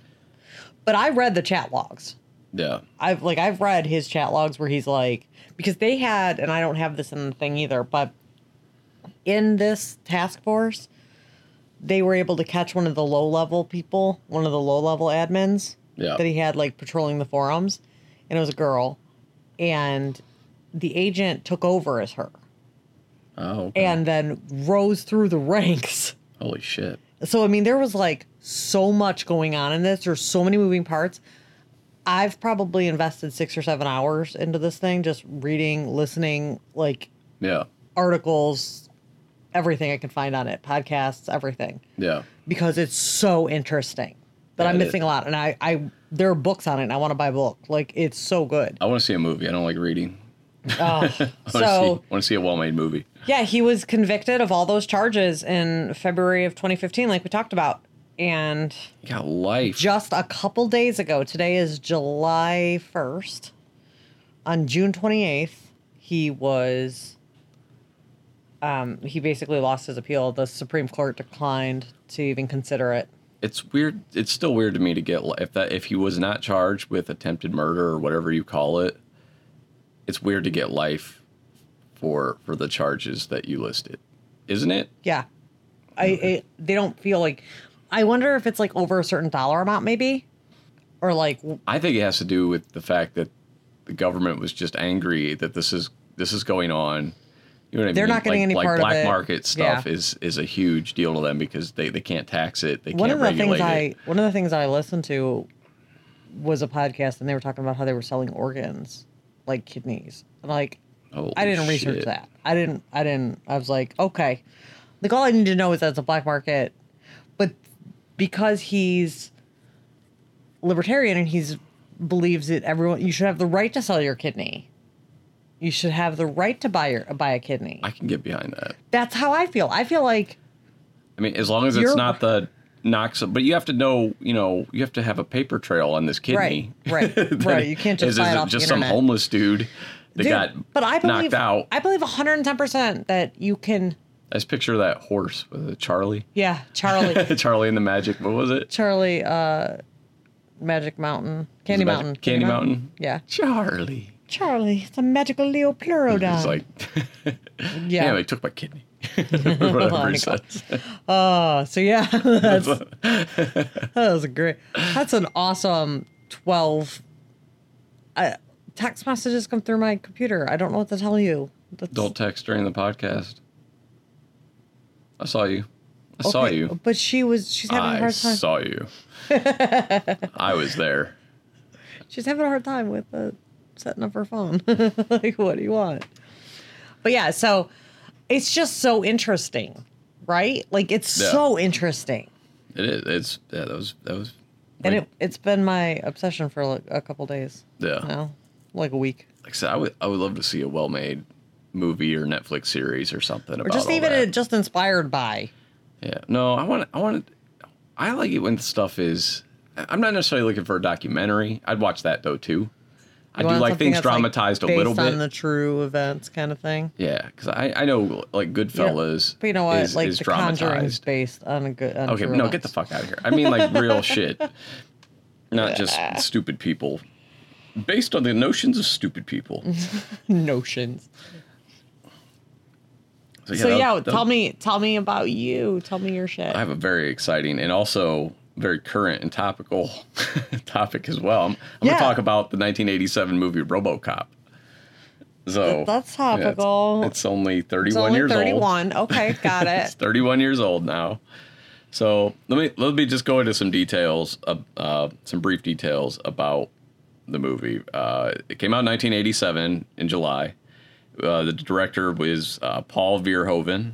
S1: But I read the chat logs.
S2: Yeah.
S1: I've like I've read his chat logs where he's like because they had and I don't have this in the thing either, but in this task force, they were able to catch one of the low level people, one of the low level admins
S2: Yeah.
S1: that he had like patrolling the forums, and it was a girl, and the agent took over as her
S2: Oh. okay.
S1: and then rose through the ranks.
S2: Holy shit.
S1: So I mean, there was like so much going on in this. There's so many moving parts. I've probably invested six or seven hours into this thing, just reading, listening, like
S2: Yeah.
S1: articles, everything I can find on it, podcasts, everything,
S2: Yeah.
S1: because it's so interesting that
S2: Yeah,
S1: I'm
S2: it
S1: missing a lot. And I, I, there are books on it, and I want to buy a book. Like it's so good.
S2: I want to see a movie. I don't like reading.
S1: Oh,
S2: I want to
S1: so
S2: see, want to see a well-made movie.
S1: yeah, he was convicted of all those charges in February of 2015, like we talked about, and.
S2: You got life.
S1: just a couple days ago. Today is July 1st. On June 28th, he was um he basically lost his appeal. The Supreme Court declined to even consider it.
S2: it's weird. It's still weird to me to get li- if that if he was not charged with attempted murder or whatever you call it. It's weird to get life for for the charges that you listed, isn't it?
S1: Yeah. I it, they don't feel like I wonder if it's like over a certain dollar amount, maybe, or like w-
S2: I think it has to do with the fact that the government was just angry that this is this is going on. You know what I
S1: They're
S2: mean?
S1: not getting
S2: like,
S1: any
S2: like
S1: part of
S2: black
S1: it.
S2: market stuff
S1: Yeah.
S2: is is a huge deal to them because they, they can't tax it. They
S1: one
S2: can't
S1: of the
S2: regulate
S1: things I
S2: it.
S1: one of the things I listened to was a podcast, and they were talking about how they were selling organs, like kidneys, and like
S2: Holy
S1: I didn't research
S2: shit.
S1: that. I didn't. I didn't. I was like, okay. Like all I need to know is that it's a black market, but because he's libertarian and he's believes that everyone you should have the right to sell your kidney. You should have the right to buy your buy a kidney.
S2: I can get behind that.
S1: That's how I feel. I feel like
S2: I mean, as long as
S1: You're-
S2: it's not the knocks, but you have to know, you know, you have to have a paper trail on this kidney.
S1: Right, right, right. You can't just
S2: is,
S1: buy it
S2: is it
S1: off the
S2: just some
S1: internet.
S2: homeless dude that
S1: dude,
S2: got
S1: but I believe
S2: knocked out.
S1: I believe 110% that you can
S2: I just picture that horse with a Charlie,
S1: yeah, Charlie
S2: Charlie and the Magic. What was it?
S1: Charlie uh Magic Mountain, Candy
S2: Magic-
S1: Mountain.
S2: Candy Mountain?
S1: Yeah.
S2: Charlie.
S1: Charlie, it's a magical Leo Pleurodon.
S2: It's like,
S1: yeah. Oh
S2: yeah, they took my kidney. Whatever
S1: my
S2: he
S1: God.
S2: says.
S1: Uh, so yeah, that's, that was great. That's an awesome twelve. Uh, text messages come through my computer. I don't know what to tell you. That's,
S2: Don't text during the podcast. I saw you. I saw
S1: Okay,
S2: you.
S1: But she was. She's having a
S2: I
S1: hard time.
S2: saw you. I was there.
S1: she's having a hard time with uh, setting up her phone. like, what do you want? But yeah, so it's just so interesting, right? Like, it's
S2: Yeah.
S1: so interesting.
S2: It is. It's yeah. That was that was.
S1: And
S2: like-
S1: it, it's been my obsession for like a couple days
S2: yeah.
S1: now, like a week.
S2: Like I said, I would I would love to see a well made movie or Netflix series or something about
S1: Or just
S2: all
S1: even
S2: that.
S1: uh just inspired by.
S2: yeah. No, I want I want I like it when stuff is. I- I'm not necessarily looking for a documentary. I'd watch that though too. I
S1: You
S2: do
S1: want
S2: like
S1: something
S2: things
S1: that's, like,
S2: dramatized a little
S1: based
S2: bit.
S1: on the true events kind of thing.
S2: yeah, because I, I know like Goodfellas.
S1: But you know what?
S2: Is,
S1: like
S2: is
S1: the Conjuring is
S2: dramatized.
S1: based on a good. On
S2: Okay,
S1: true
S2: no, get the
S1: events.
S2: fuck out of here. I mean, like real shit, not just stupid people. Based on the notions of stupid people.
S1: notions.
S2: yeah,
S1: so
S2: that-
S1: yeah,
S2: that-
S1: tell me, tell me about you. Tell me your shit.
S2: I have a very exciting and also very current and topical topic as well. I'm, I'm
S1: Yeah.
S2: going to talk about the 1987 movie RoboCop. So
S1: That- that's
S2: yeah, it's-
S1: topical.
S2: it's, only 31
S1: It's only
S2: years old.
S1: thirty-one. Okay, got
S2: It's
S1: it.
S2: 31 years old now. So let me let me just go into some details, uh, uh, some brief details about the movie. Uh, it came out in 1987 in July. Uh, the director was uh, Paul Verhoeven,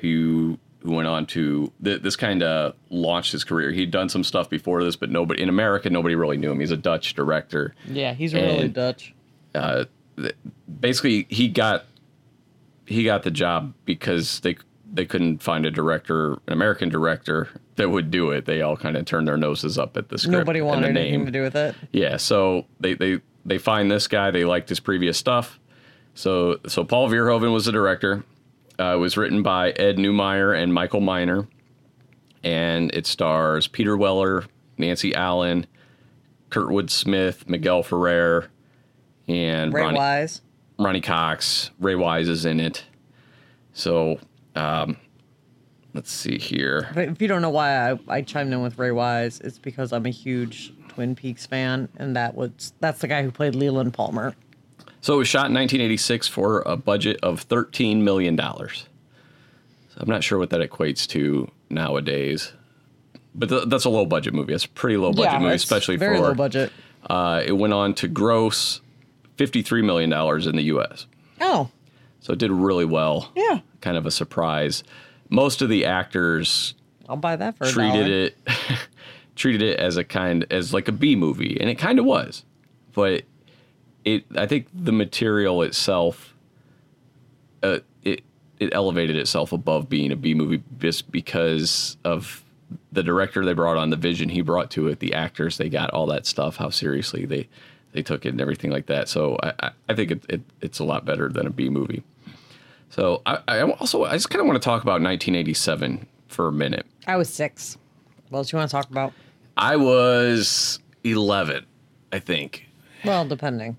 S2: who who went on to th- this kind of launched his career. He'd done some stuff before this, but nobody in America nobody really knew him. He's a Dutch director
S1: yeah, he's really
S2: And-
S1: Dutch.
S2: uh, th- basically he got he got the job because they they couldn't find a director, an American director that would do it. They all kind of turned their noses up at the script
S1: Nobody
S2: and
S1: wanted
S2: the
S1: anything
S2: name.
S1: to do with it.
S2: Yeah, so they they they find this guy. They liked his previous stuff. So so Paul Verhoeven was the director. Uh, it was written by Ed Neumeier and Michael Miner, and it stars Peter Weller, Nancy Allen, Kurtwood Smith, Miguel Ferrer, and
S1: Ray
S2: Ronnie,
S1: Wise.
S2: Ronnie Cox. Ray Wise is in it. So um, let's see here.
S1: But if you don't know why I, I chimed in with Ray Wise, it's because I'm a huge Twin Peaks fan, and that was that's the guy who played Leland Palmer.
S2: So it was shot in 1986 for a budget of 13 million dollars. So I'm not sure what that equates to nowadays, but th- that's a low budget movie. That's a pretty low budget movie, especially
S1: very
S2: for
S1: low budget.
S2: Uh, it went on to gross 53 million dollars in the U.S.
S1: Oh,
S2: So it did really well.
S1: Yeah.
S2: kind of a surprise. Most of the actors
S1: I'll buy that for a
S2: treated
S1: dollar.
S2: it treated it as a kind as like a B movie, and it kind of was, but it I think the material itself, uh, it it elevated itself above being a B movie just because of the director they brought on, the vision he brought to it, the actors they got, all that stuff, how seriously they they took it and everything like that. So I I, I think it, it it's a lot better than a B movie. So I, I also I just kind of want to talk about 1987 for a minute.
S1: I was six. What else you want to talk about?
S2: I was 11, I think.
S1: Well, depending.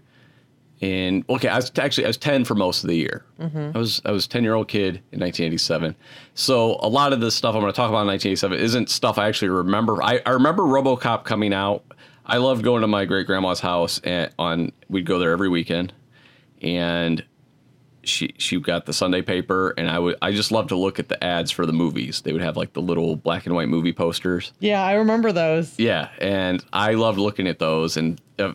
S2: in okay, I was actually I was ten for most of the year. I was I was ten year old kid in 1987. So a lot of the stuff I'm going to talk about in 1987 isn't stuff I actually remember. I, I remember RoboCop coming out. I loved going to my great grandma's house and on we'd go there every weekend, and she she got the Sunday paper, and I would I just loved to look at the ads for the movies. They would have like the little black and white movie posters.
S1: Yeah, I remember those.
S2: Yeah, and I loved looking at those. And uh,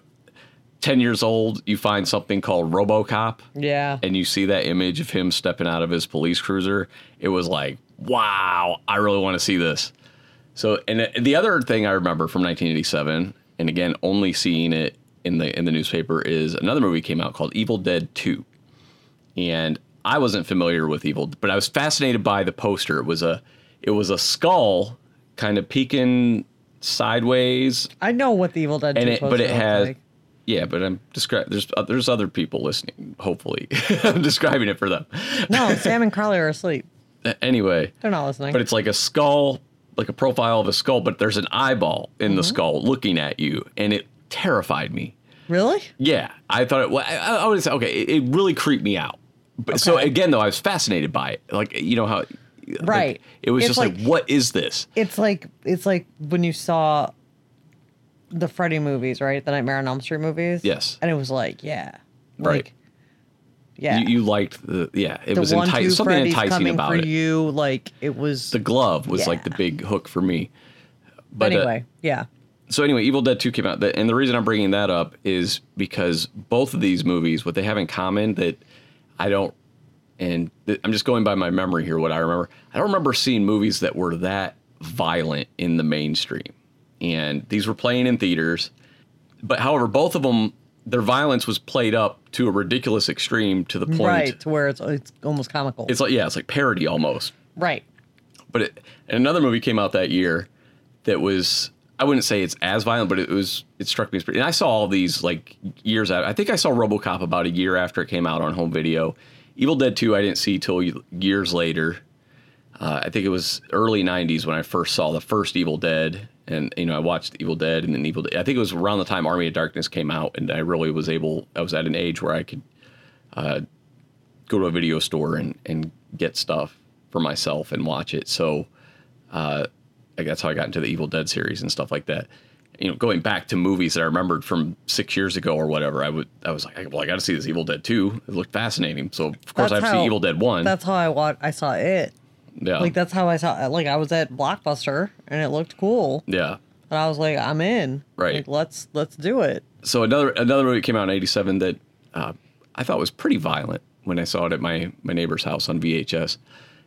S2: ten years old, you find something called RoboCop,
S1: Yeah.
S2: and you see that image of him stepping out of his police cruiser. It was like, wow, I really want to see this. So, and uh, the other thing I remember from 1987, and again, only seeing it in the in the newspaper, is another movie came out called Evil Dead Two, and I wasn't familiar with Evil, but I was fascinated by the poster. It was a it was a skull kind of peeking sideways
S1: I know what the Evil Dead 2
S2: and it, but
S1: poster
S2: it
S1: looks
S2: has
S1: like.
S2: yeah but i'm describing there's uh, there's other people listening hopefully i'm describing it for them
S1: No, Sam and Carly are asleep.
S2: anyway
S1: They're not listening.
S2: but it's like a skull like a profile of a skull but there's an eyeball in
S1: Mm-hmm.
S2: the skull looking at you and it terrified me
S1: really?
S2: yeah i thought it well, i, I would say okay it, it really creeped me out but so
S1: Okay.
S2: again though i was fascinated by it like you know how like,
S1: Right.
S2: it was
S1: It's
S2: just like,
S1: like-
S2: what is this
S1: It's like it's like when you saw the Freddy movies, right? The Nightmare on Elm Street movies.
S2: Yes.
S1: And it was like, yeah.
S2: Right.
S1: Like Yeah.
S2: you, you liked the yeah it
S1: the
S2: was
S1: one
S2: enti-
S1: two
S2: something
S1: Freddy's
S2: enticing
S1: coming
S2: about
S1: for
S2: it
S1: you, like it was
S2: the glove was like
S1: Yeah.
S2: the big hook for me
S1: but
S2: uh,
S1: anyway, yeah.
S2: so anyway, Evil Dead 2 came out, that- and the reason I'm bringing that up is because both of these movies, what they have in common that I don't, and th- I'm just going by my memory here, what I remember. I don't remember seeing movies that were that violent in the mainstream, and these were playing in theaters. But however, both of them, their violence was played up to a ridiculous extreme to the point.
S1: Right. To where it's it's almost comical.
S2: It's like yeah, it's like parody almost
S1: right.
S2: but it, and another movie came out that year that was I wouldn't say it's as violent, but it was it struck me as pretty. And I saw all these like years out. I think I saw RoboCop about a year after it came out on home video. Evil Dead Two I didn't see till years later. Uh, I think it was early '90s when I first saw the first Evil Dead, and you know I watched Evil Dead and then Evil. Dead. I think it was around the time Army of Darkness came out, and I really was able. I was at an age where I could uh, go to a video store and, and get stuff for myself and watch it. So uh, like that's how I got into the Evil Dead series and stuff like that. You know, going back to movies that I remembered from six years ago or whatever, I would I was like, well, I got to see this Evil Dead two. It looked fascinating. So of course
S1: That's
S2: I've seen
S1: how-
S2: Evil Dead one.
S1: That's how I wa- I saw it.
S2: yeah,
S1: Like that's how I saw like I was at Blockbuster and it looked cool.
S2: yeah.
S1: And I was like, I'm in.
S2: Right.
S1: Like let's let's do it.
S2: so another another movie came out in '87 that uh, I thought was pretty violent when I saw it at my my neighbor's house on VHS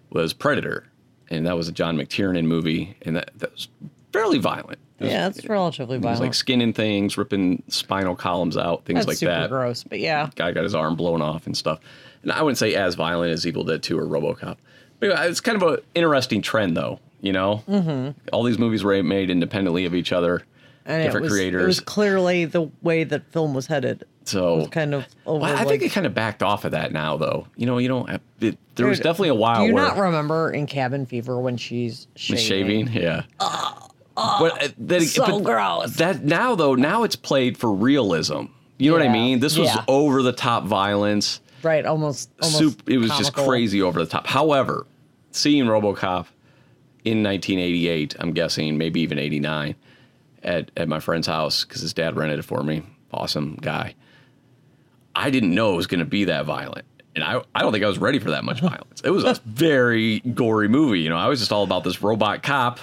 S2: was Predator, and that was a John McTiernan movie, and that, that was fairly violent. It was,
S1: Yeah, it's relatively
S2: it was
S1: violent.
S2: like skinning things, ripping spinal columns out, things
S1: That's
S2: like
S1: super
S2: that.
S1: gross, but yeah.
S2: Guy got his arm blown off and stuff. And I wouldn't say as violent as Evil Dead 2 or RoboCop. But anyway, it's kind of an interesting trend, though. You know, mm-hmm. all these movies were made independently of each other,
S1: And
S2: different
S1: it was,
S2: creators.
S1: It was clearly the way that film was headed.
S2: so
S1: Kind of over.
S2: Well, I
S1: like,
S2: think it kind of backed off of that now, though. You know, you don't. Have, it, there was
S1: Dude,
S2: definitely a while
S1: do you
S2: where
S1: not remember in Cabin Fever when she's
S2: the
S1: shaving?
S2: shaving, yeah. but uh, that,
S1: so
S2: but
S1: gross.
S2: That now though, now it's played for realism. You know what
S1: Yeah,
S2: I mean? This was
S1: yeah.
S2: over the top violence.
S1: Right, almost. almost
S2: Soup. It was just
S1: comical.
S2: crazy over the top. However, seeing RoboCop in 1988, I'm guessing maybe even 89, at at my friend's house because his dad rented it for me. Awesome guy. I didn't know it was going to be that violent. And I, I don't think I was ready for that much violence. It was a very gory movie. You know, I was just all about this robot cop,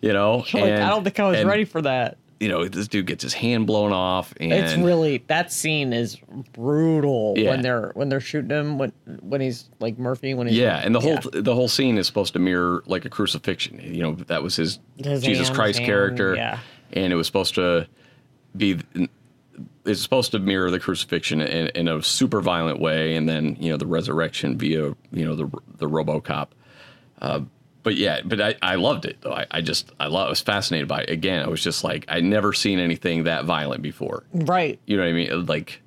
S2: you know.
S1: Like,
S2: and-
S1: I don't think I was
S2: and,
S1: ready for that.
S2: You know, this dude gets his hand blown off. And
S1: It's really that scene is brutal
S2: Yeah.
S1: when they're when they're shooting him when when he's like Murphy when he's
S2: Yeah, and the whole the whole scene is supposed to mirror like a crucifixion. You know, that was his,
S1: His
S2: Jesus
S1: hand,
S2: Christ
S1: hand,
S2: character.
S1: yeah.
S2: And it was supposed to be it's supposed to mirror the crucifixion in, in a super violent way and then, you know, the resurrection via, you know, the the RoboCop. Uh, but yeah, but I, I loved it though. I, I just I love I was fascinated by it. Again, I was just like I never seen anything that violent before.
S1: right
S2: You know what I mean? Like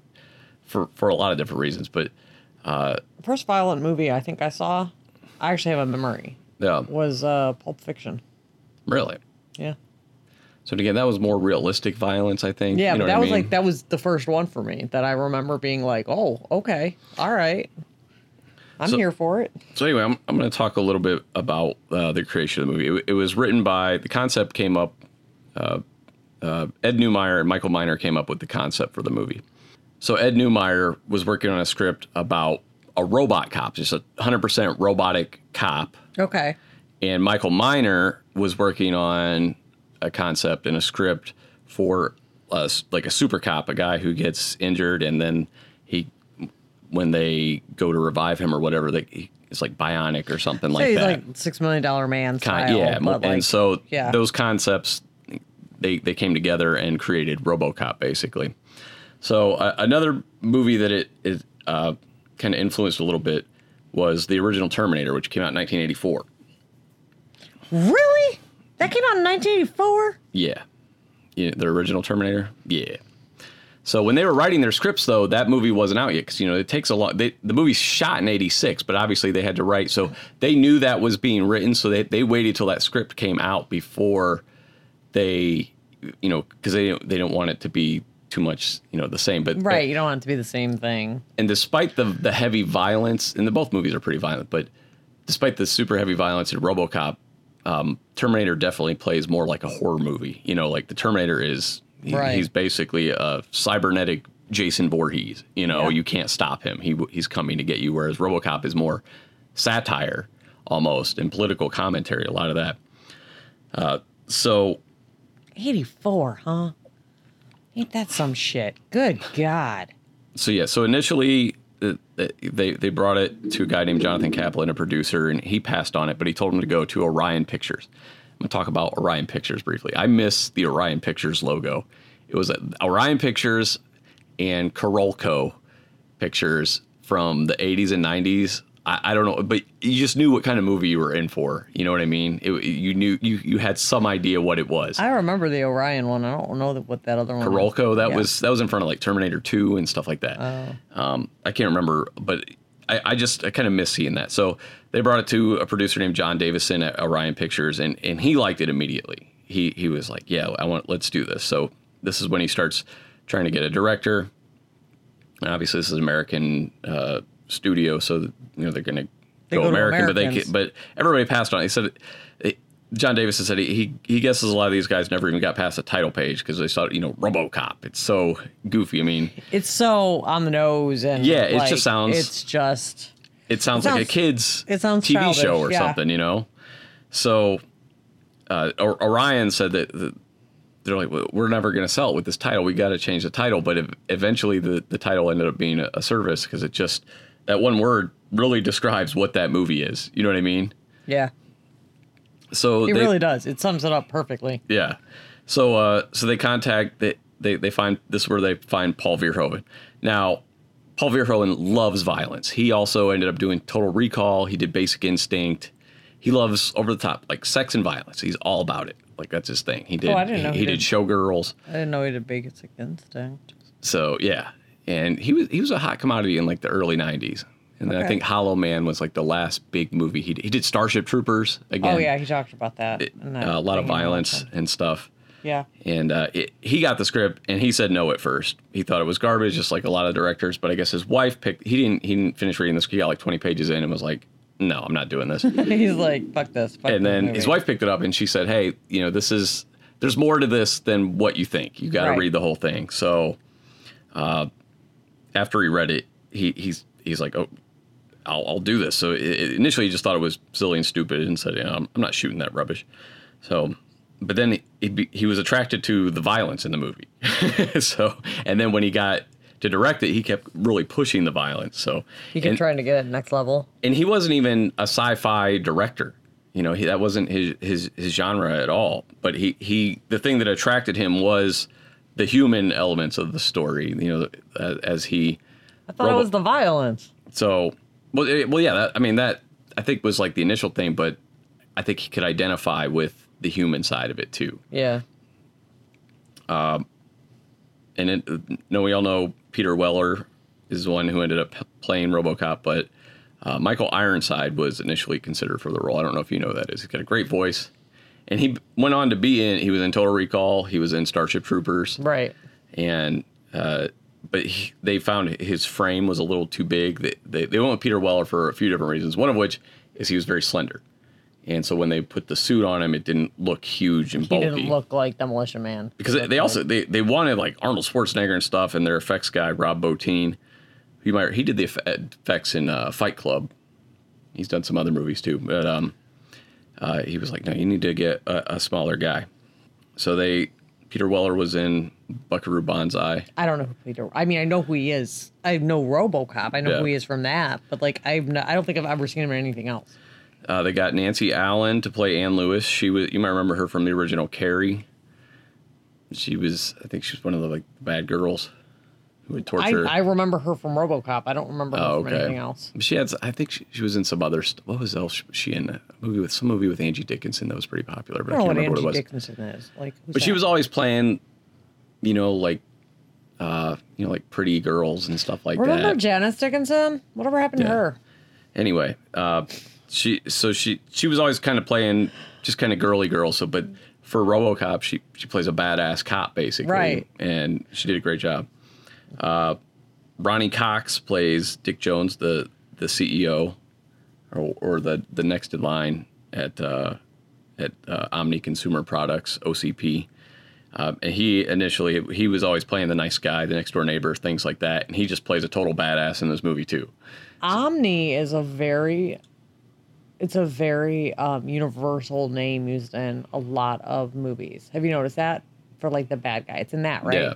S2: for for a lot of different reasons, but
S1: first violent movie I think I saw I actually have a memory
S2: yeah,
S1: was uh Pulp Fiction
S2: um, really.
S1: yeah
S2: So again, that was more realistic violence, I think.
S1: Yeah,
S2: You
S1: but
S2: know what
S1: that
S2: I
S1: was
S2: mean?
S1: like that was the first one for me that I remember being like, "Oh, okay, all right, I'm
S2: So-
S1: here for it."
S2: So anyway, I'm, I'm going to talk a little bit about uh, the creation of the movie. It, it was written by the concept came up. Uh, uh, Ed Neumeier and Michael Miner came up with the concept for the movie. So Ed Neumeier was working on a script about a robot cop, just a 100% robotic cop,
S1: Okay,
S2: and Michael Miner was working on a concept and a script for a, like a super cop, a guy who gets injured and then he, when they go to revive him or whatever, they, he, it's like bionic or something
S1: so
S2: like
S1: he's
S2: that.
S1: like six million dollar man
S2: Kind-
S1: style.
S2: yeah, mo-
S1: but like,
S2: and so
S1: yeah.
S2: those concepts they they came together and created RoboCop basically. So uh, another movie that it it uh, kind of influenced a little bit was the original Terminator, which came out in 1984.
S1: really, that came out in 1984.
S2: Yeah. yeah. The original Terminator? Yeah. So when they were writing their scripts, though, that movie wasn't out yet because, you know, it takes a lot. They, the movie's shot in 86, but obviously they had to write. So they knew that was being written. So they, they waited till that script came out before they, you know, because they, don't- they don't want it to be too much, you know, the same. But
S1: Right, you don't want it to be the same thing.
S2: and despite the the heavy violence, and the both movies are pretty violent, but despite the super heavy violence in RoboCop, um, Terminator definitely plays more like a horror movie. You know, like the Terminator is he-
S1: Right.
S2: he's basically a cybernetic Jason Voorhees. You know,
S1: Yeah.
S2: you can't stop him. He he's coming to get you. Whereas RoboCop is more satire almost and political commentary. A lot of that. Uh, so
S1: 84, huh? Ain't that some shit? Good God.
S2: so yeah, so initially uh, they they brought it to a guy named Jonathan Kaplan, a producer, and he passed on it, but he told him to go to Orion Pictures. I'm gonna talk about Orion Pictures briefly. I miss the Orion Pictures logo. It was uh, Orion Pictures and Carolco Pictures from the 80s and 90s. I, I don't know, but you just knew what kind of movie you were in for. You know what I mean? It, you knew you you had some idea what it was.
S1: I remember the Orion one. I don't know that what that other one was.
S2: Rolco. That
S1: Uh-huh. Yeah.
S2: was that was in front of like Terminator Two and stuff like that. Um, I can't remember, but I, I just I kind of miss seeing that. So they brought it to a producer named John Davison at Orion Pictures, and and he liked it immediately. He he was like, yeah, I want let's do this. So this is when he starts trying to get a director. And obviously, this is an American uh, studio, so you know they're going to
S1: They
S2: go,
S1: go to
S2: American. But they
S1: Americans.
S2: ca- but everybody passed on. He said, it, John Davison said he, he he guesses a lot of these guys never even got past the title page because they saw you know RoboCop. It's so goofy. I mean,
S1: It's so on the nose and
S2: Yeah, it just
S1: like,
S2: sounds-
S1: It's just
S2: it sounds, like
S1: sounds-
S2: a kids
S1: it sounds
S2: TV
S1: childish,
S2: show or
S1: yeah.
S2: something, you know. So uh, O- Orion said that, that they're like, "Well, we're never going to sell it with this title. We got to change the title. But ev- eventually, the the title ended up being a, a service because it just that one word really describes what that movie is. You know what I mean?
S1: yeah.
S2: So
S1: It
S2: they-
S1: really does. It sums it up perfectly.
S2: Yeah. So uh, so they contact they, they they find this is where they find Paul Verhoeven. Now, Paul Verhoeven loves violence. He also ended up doing Total Recall. He did Basic Instinct. He loves over the top like sex and violence. He's all about it. Like that's his thing. He did.
S1: Oh, I didn't know he
S2: he, he
S1: did-
S2: did Showgirls.
S1: I didn't know he did Basic Instinct.
S2: So yeah, and he was he was a hot commodity in like the early '90s. And then I
S1: Okay.
S2: think Hollow Man was like the last big movie he did. He did Starship Troopers again.
S1: oh yeah, he talked about that. and that
S2: uh, a lot of
S1: thing and all that
S2: violence
S1: stuff.
S2: and stuff.
S1: Yeah.
S2: And uh, it, he got the script, and he said no at first. He thought it was garbage, just like a lot of directors. But I guess his wife picked. He didn't. He didn't finish reading this. He got like twenty pages in and was like, "No, I'm not doing this." and
S1: He's like, fuck this. Fuck this
S2: then his
S1: movie.
S2: wife picked it up, and she said, "Hey, you know, this is. There's more to this than what you think. You got to
S1: Right.
S2: read the whole thing." So, uh, after he read it, he he's he's like, "Oh, I'll, I'll do this." So i i- initially, he just thought it was silly and stupid, and said, you know, I'm, "I'm not shooting that rubbish." So, but then he- he be- he was attracted to the violence in the movie. so, and then when he got to direct it, he kept really pushing the violence. So,
S1: He kept
S2: and,
S1: trying to get it next level.
S2: and he wasn't even a sci-fi director. You know, he, that wasn't his, his his genre at all. But he he the thing that attracted him was the human elements of the story. You know, as, as he
S1: I thought
S2: Robo-
S1: it was the violence.
S2: so, well, it, well, yeah. That, I mean, that I think was like the initial thing, but I think he could identify with the human side of it too.
S1: Yeah.
S2: And it, no, we all know Peter Weller is the one who ended up playing RoboCop, but uh, Michael Ironside was initially considered for the role. I don't know if you know who that is. He's got a great voice, and he went on to be in. He was in Total Recall. He was in Starship Troopers.
S1: Right.
S2: and uh, but he, they found his frame was a little too big. They, they they went with Peter Weller for a few different reasons. One of which is he was very slender, and so when they put the suit on him, it didn't look huge and
S1: He
S2: bulky.
S1: didn't look like Demolition Man.
S2: Oh, because they, they also they, they wanted like Arnold Schwarzenegger and stuff, and their effects guy Rob Bottin, he might he did the eff- effects in uh, Fight Club. He's done some other movies too, but um, uh, he was like, no, you need to get a, a smaller guy. So they Peter Weller was in Buckaroo Banzai.
S1: I don't know who Peter. I mean, I know who he is. I know RoboCop. I know who
S2: Yeah.
S1: he is from that. But like, I've not, I don't think I've ever seen him in anything else.
S2: Uh, they got Nancy Allen to play Ann Lewis. She was you might remember her from the original Carrie. She was I think she was one of the like bad girls who would
S1: I,
S2: torture.
S1: I remember her from RoboCop. I don't remember her
S2: Oh,
S1: from
S2: okay.
S1: anything else.
S2: She had, I think she, she was in some other. St- what was else she in a movie with some movie with Angie Dickinson that was pretty popular, but
S1: I
S2: I,
S1: don't
S2: can't
S1: know what
S2: remember
S1: Angie
S2: what it was.
S1: Dickinson is. Like, who's
S2: but she
S1: that?
S2: was always playing, you know, like, uh, you know, like pretty girls and stuff like
S1: Remember
S2: that.
S1: Janice Dickinson? Whatever happened to
S2: Yeah.
S1: her?
S2: anyway, uh, she so she she was always kind of playing just kind of girly girl. So, but for RoboCop, she she plays a badass cop basically,
S1: Right.
S2: And she did a great job. Uh, Ronnie Cox plays Dick Jones, the the CEO, or, or the the next in line at uh, at uh, Omni Consumer Products OCP. Um, and he initially he was always playing the nice guy, the next door neighbor, things like that. And he just plays a total badass in this movie too.
S1: Omni is a very it's a very um, universal name used in a lot of movies. Have you noticed that for like the bad guy? It's in that, right?
S2: Yeah.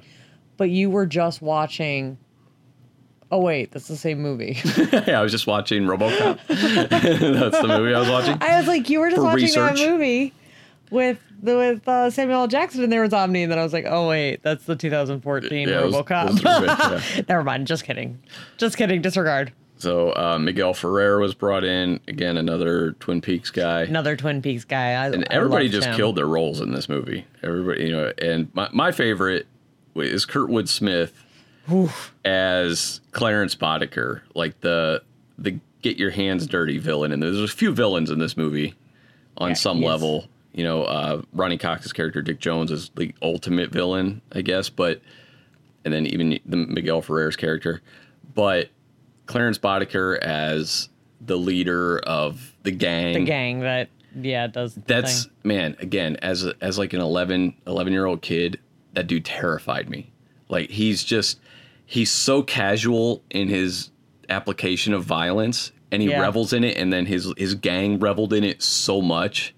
S1: But you were just watching Oh wait, that's the same movie.
S2: yeah, I was just watching RoboCop. That's the movie I was watching.
S1: I was like, you were just
S2: For
S1: watching that
S2: research.
S1: movie with the, with uh, Samuel L. Jackson, and there was Omni, and then I was like, oh wait, that's the 2014
S2: Yeah, it was-
S1: RoboCop.
S2: it was the- yeah.
S1: Never mind, just kidding, just kidding, disregard.
S2: So uh, Miguel Ferrer was brought in again, another Twin Peaks guy,
S1: Another Twin Peaks guy. I,
S2: and everybody just
S1: killed.
S2: killed their roles in this movie. Everybody, you know, and my, my favorite is Kurtwood Smith as Clarence Boddicker, like the the get your hands dirty villain. And there's a few villains in this movie on
S1: Yeah,
S2: some
S1: yes.
S2: level. You know, uh, Ronnie Cox's character Dick Jones is the ultimate villain, I guess, but and then even the Miguel Ferrer's character, but Clarence Boddicker as the leader of the gang.
S1: the gang that yeah does the
S2: That's
S1: thing.
S2: man, again, as a, as like an 11, 11 year old kid, that dude terrified me. Like he's just he's so casual in his application of violence and he
S1: Yeah.
S2: revels in it and then his his gang reveled in it so much.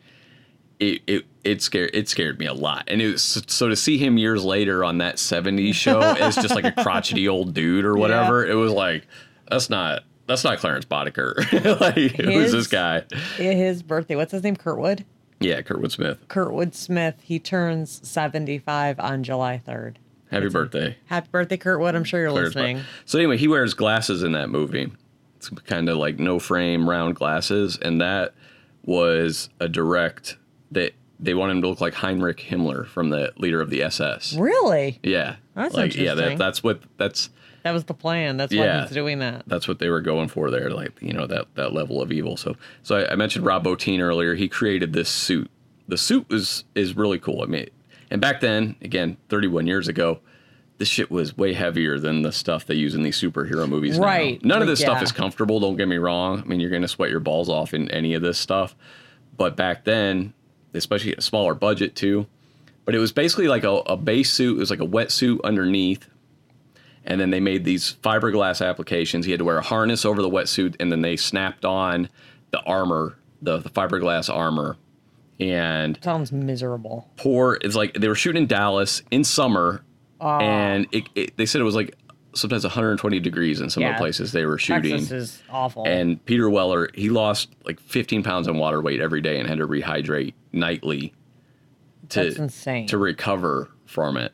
S2: It it it scared it scared me a lot. And it was, so to see him years later on that 70s show as just like a crotchety old dude or whatever, it was like that's not that's not Clarence Boddicker. like who's
S1: His-
S2: this guy?
S1: Yeah, his birthday what's his name kurtwood
S2: Yeah, Kurtwood Smith.
S1: kurtwood smith he turns 75 on july 3rd
S2: Happy birthday.
S1: happy birthday kurtwood i'm sure you're
S2: Clarence Bud-
S1: listening
S2: So anyway, he wears glasses in that movie. It's kind of like no frame round glasses, and that was a direct that they, wanted him to look like Heinrich Himmler from the leader of the SS.
S1: really
S2: Yeah,
S1: That's
S2: like yeah,
S1: interesting.
S2: that, that's what that's
S1: that was the plan that's why
S2: Yeah.
S1: he's doing that
S2: that's what they were going for there, like you know that that level of evil. So so I, I mentioned Rob Bottin earlier. He created this suit. The suit was is really cool. I mean, and back then, again, 31 years ago, this shit was way heavier than the stuff they use in these superhero movies. now.
S1: Right.
S2: None of this
S1: Yeah.
S2: stuff is comfortable. Don't get me wrong. I mean, you're gonna sweat your balls off in any of this stuff. But back then, especially a smaller budget too. But it was basically like a, a base suit. It was like a wetsuit underneath and then they made these fiberglass applications. He had to wear a harness over the wetsuit, and then they snapped on the armor, the, the fiberglass armor. And
S1: sounds miserable
S2: poor, it's like they were shooting in Dallas in summer, and it, it, they said it was like sometimes 120 degrees in some of
S1: Yeah.
S2: the places they were shooting.
S1: texas is awful
S2: And Peter Weller, he lost like 15 pounds in water weight every day and had to rehydrate nightly
S1: that's
S2: to
S1: insane
S2: to recover from it.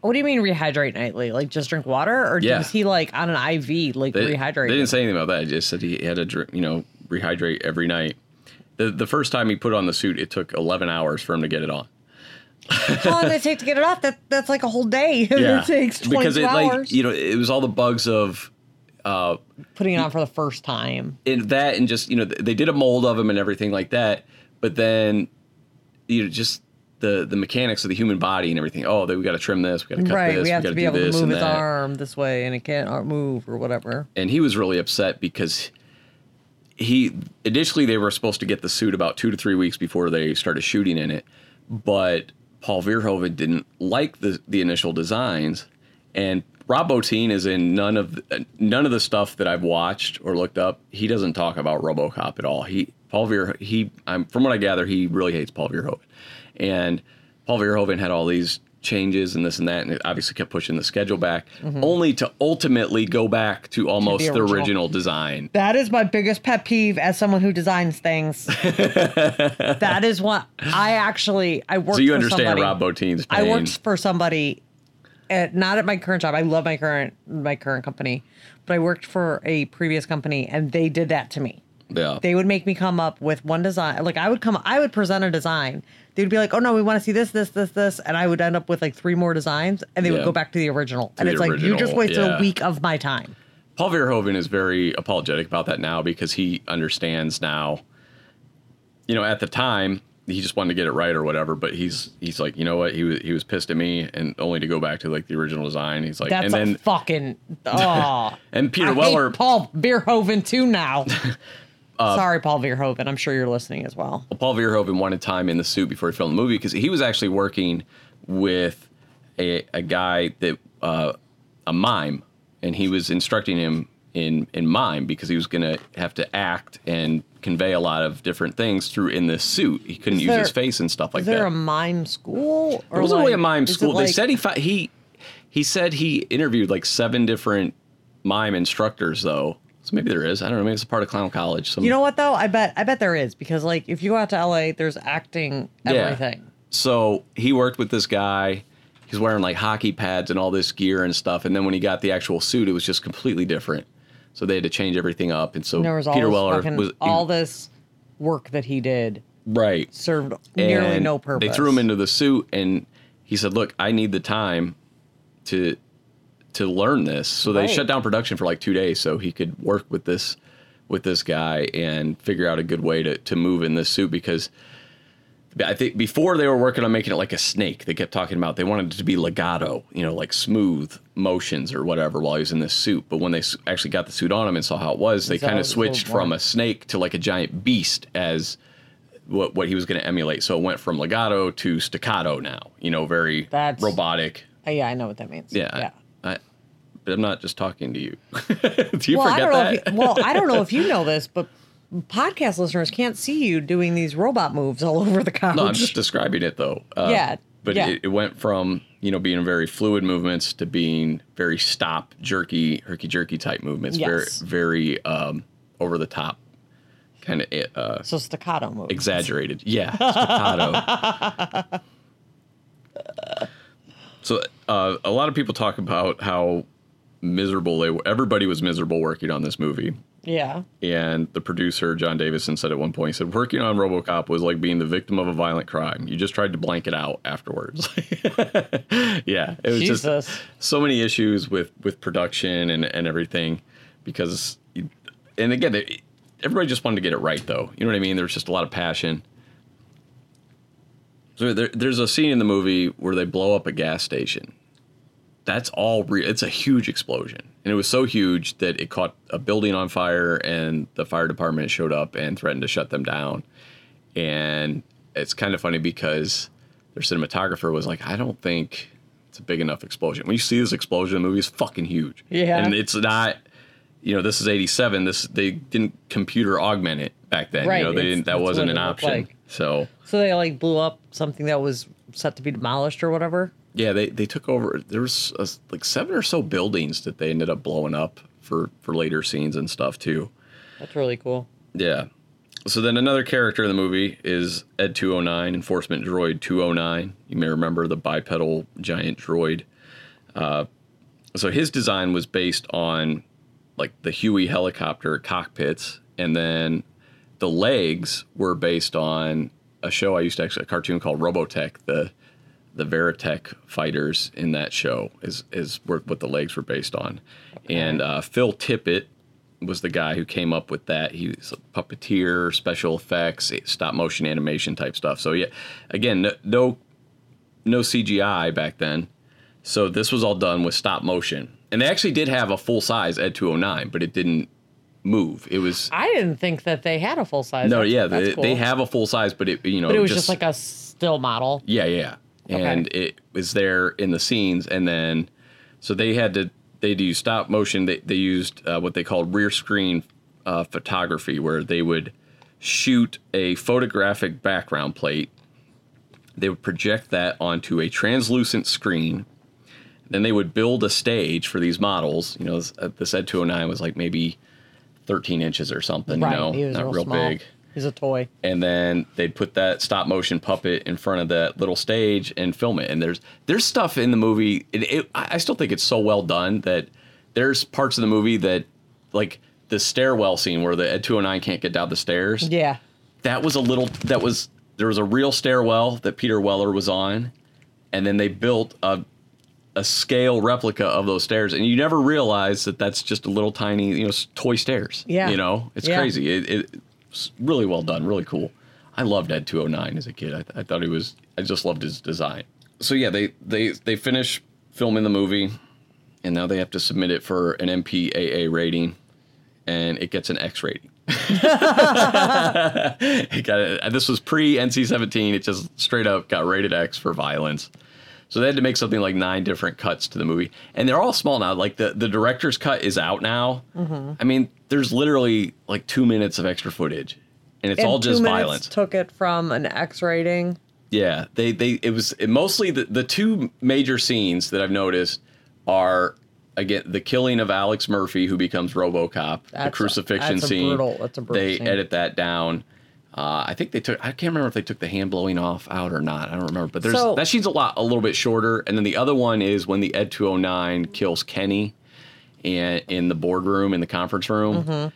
S1: what do you mean rehydrate nightly like just drink water or
S2: Yeah.
S1: was he like on an iv like
S2: They-
S1: rehydrate
S2: They didn't say anything about that. It just said he had to, dr- you know, rehydrate every night. The the first time he put on the suit, it took 11 hours for him to get it on.
S1: how long did it take to get it off that that's like a whole day it takes 22
S2: because it
S1: hours
S2: like you know it was all the bugs of
S1: putting it on for the first time
S2: in that and just you know th- they did a mold of him and everything like that. But then you know, just the the mechanics of the human body and everything. Oh, they, we got to trim this. We got to cut
S1: right.
S2: this.
S1: we have
S2: got
S1: to be
S2: do
S1: able to
S2: this
S1: move
S2: and
S1: his
S2: that.
S1: arm this way, and it can't ar- move or whatever.
S2: and he was really upset because he initially they were supposed to get the suit about two to three weeks before they started shooting in it, but Paul Verhoeven didn't like the the initial designs, and Rob Bottin is in none of the, none of the stuff that I've watched or looked up. He doesn't talk about RoboCop at all. He Paul Ver he I'm from what I gather he really hates Paul Verhoeven, and Paul Verhoeven had all these changes and this and that, and it obviously kept pushing the schedule back, only to ultimately go back Mm-hmm. to almost the
S1: original.
S2: original design.
S1: That is my biggest pet peeve as someone who designs things. that is what I actually I worked.
S2: So you
S1: for
S2: understand
S1: somebody.
S2: Rob Botin's
S1: I
S2: pain.
S1: worked for somebody, at, not at my current job. I love my current my current company, but I worked for a previous company, and they did that to me.
S2: yeah.
S1: They would make me come up with one design. Like I would come, I would present a design. They would be like, "Oh no, we want to see this, this, this, this," and I would end up with like three more designs, and they
S2: Yeah.
S1: would go back to the original. and
S2: the
S1: it's like you just
S2: original,
S1: wasted
S2: yeah.
S1: a week of my time.
S2: Paul Verhoeven is very apologetic about that now because he understands now. You know, at the time he just wanted to get it right or whatever, but he's he's like, you know what? He was he was pissed at me, and only to go back to like the original design. He's like,
S1: That's
S2: and then
S1: a fucking oh.
S2: and Peter
S1: I
S2: Weller,
S1: hate Paul Verhoeven too now. Uh, Sorry, Paul Verhoeven. I'm sure you're listening as well.
S2: Paul Verhoeven wanted time in the suit before he filmed the movie because he was actually working with a, a guy that uh, a mime, and he was instructing him in in mime because he was going to have to act and convey a lot of different things through in this suit. He couldn't
S1: Is
S2: use his
S1: there-
S2: face and stuff like
S1: Is there
S2: that.
S1: a mime school? Or
S2: It wasn't really a
S1: like-
S2: mime
S1: is it
S2: school. they
S1: like-
S2: said he fi- he he said he interviewed like seven different mime instructors though. So maybe there is. I don't know. Maybe it's a part of Clown College. Some,
S1: You know what though? I bet. I bet there is because like if you go out to LA, there's acting everything.
S2: So he worked with this guy. He's wearing like hockey pads and all this gear and stuff. And then when he got the actual suit, it was just completely different. So they had to change everything up. And so
S1: And there was all
S2: Peter
S1: this
S2: Weller
S1: fucking,
S2: was
S1: all this work that he did
S2: right.
S1: served nearly
S2: And
S1: no purpose.
S2: They threw him into the suit, and he said, "Look, I need the time to to learn this." So they
S1: Right.
S2: shut down production for like two days, so he could work with this with this guy and figure out a good way to to move in this suit because. I think before they were working on making it like a snake. They kept talking about they wanted it to be legato, you know, like smooth motions or whatever while he was in this suit. But when they s- actually got the suit on him and saw how it was, they
S1: It's all-
S2: kind of
S1: it's a little
S2: switched from
S1: more-
S2: a snake to like a giant beast as what what he was going to emulate. So it went from legato to staccato now. You know, very
S1: That's-
S2: robotic.
S1: Uh, yeah, I know what that means.
S2: Yeah. I, but I'm not just talking to you. Do you
S1: well, I don't
S2: forget
S1: know.
S2: that?
S1: If you, well, I don't know if you know this, but podcast listeners can't see you doing these robot moves all over the couch.
S2: no, I'm just describing it though. Uh,
S1: Yeah,
S2: But
S1: yeah.
S2: It, it went from you know being very fluid movements to being very stop jerky, herky jerky type movements.
S1: Yes.
S2: Very very um, over the top, kind of uh,
S1: so staccato moves.
S2: exaggerated. Yeah, staccato. so uh, a lot of people talk about how miserable they were. Everybody was miserable working on this movie.
S1: Yeah.
S2: And the producer, John Davison, said at one point, he said, working on Robocop was like being the victim of a violent crime. You just tried to blank it out afterwards. yeah. It was just
S1: Jesus.
S2: so many issues with, with production and, and everything because, you- and again, it, everybody just wanted to get it right, though. You know what I mean? There was just a lot of passion. So there, there's a scene in the movie where they blow up a gas station. That's all real. It's a huge explosion, and it was so huge that it caught a building on fire, and the fire department showed up and threatened to shut them down. And it's kind of funny because their cinematographer was like, "I don't think it's a big enough explosion." When you see this explosion, the movie is fucking huge.
S1: Yeah.
S2: and it's not. You know, this is '87. This they didn't computer augment it back then.
S1: Right,
S2: You know, they
S1: it's-
S2: didn't. That
S1: that's what
S2: wasn't
S1: it
S2: an
S1: looked
S2: option.
S1: like.
S2: So
S1: So they like blew up something that was set to be demolished or whatever.
S2: Yeah, they, they took over. There was uh like seven or so buildings that they ended up blowing up for for later scenes and stuff too.
S1: That's really cool.
S2: Yeah. So then another character in the movie is Ed 209, Enforcement Droid 209. You may remember the bipedal giant droid. Uh, so his design was based on like the Huey helicopter cockpits, and then the legs were based on a show I used to actually a cartoon called Robotech. The the Veritech fighters in that show is is where- what the legs were based on, and uh, Phil Tippett was the guy who came up with that. He was a puppeteer, special effects, stop motion animation type stuff. So yeah, again, no no, no CGI back then. So this was all done with stop motion, and they actually did have a full size Ed 209, but it didn't move. It was
S1: I didn't think that they had a full size.
S2: no,
S1: That's-
S2: yeah,
S1: that's
S2: they,
S1: cool.
S2: they have a full size, but it you know
S1: But it was just, like a still model.
S2: yeah, yeah. And it was there in the scenes, and then so they had to they do stop motion. They they used uh, what they called rear screen uh, photography, where they would shoot a photographic background plate. They would project that onto a translucent screen. Then they would build a stage for these models. You know, this, uh, this Ed 209 was like maybe 13 inches or something.
S1: right.
S2: You know,
S1: he was
S2: not
S1: real,
S2: real
S1: small.
S2: big
S1: He's a toy.
S2: and then they'd put that stop motion puppet in front of that little stage and film it. And there's there's stuff in the movie. It, it, I I still think it's so well done that there's parts of the movie that like the stairwell scene where the Ed 209 can't get down the stairs.
S1: Yeah.
S2: That was a little. That was there was a real stairwell that Peter Weller was on, and then they built a a scale replica of those stairs, and you never realize that that's just a little tiny, you know, s- toy stairs.
S1: Yeah.
S2: you know, it's
S1: Yeah.
S2: crazy. It, it, it's really well done, really cool. I loved Ed 209 as a kid. I, th- I thought he was. I just loved his design. So yeah, they they they finish filming the movie, and now they have to submit it for an MPAA rating, and it gets an X rating. it got a, this was pre NC 17. It just straight up got rated X for violence. So they had to make something like nine different cuts to the movie, and they're all small now. Like the the director's cut is out now.
S1: Mm-hmm.
S2: I mean, there's literally like two minutes of extra footage, and it's
S1: And
S2: all
S1: two
S2: just
S1: minutes
S2: violence.
S1: Took it from an X rating.
S2: Yeah, they they it was it mostly the, the two major scenes that I've noticed are again the killing of Alex Murphy who becomes RoboCop, the
S1: That's-
S2: crucifixion
S1: that's a
S2: scene.
S1: brutal- that's a brutal
S2: they
S1: scene.
S2: edit that down. Uh, I think they took. I can't remember if they took the hand blowing off out or not. I don't remember. But there's
S1: So-
S2: that scene's a lot, a little bit shorter. And then the other one is when the Ed 209 kills Kenny, in in the boardroom in the conference room
S1: Mm-hmm.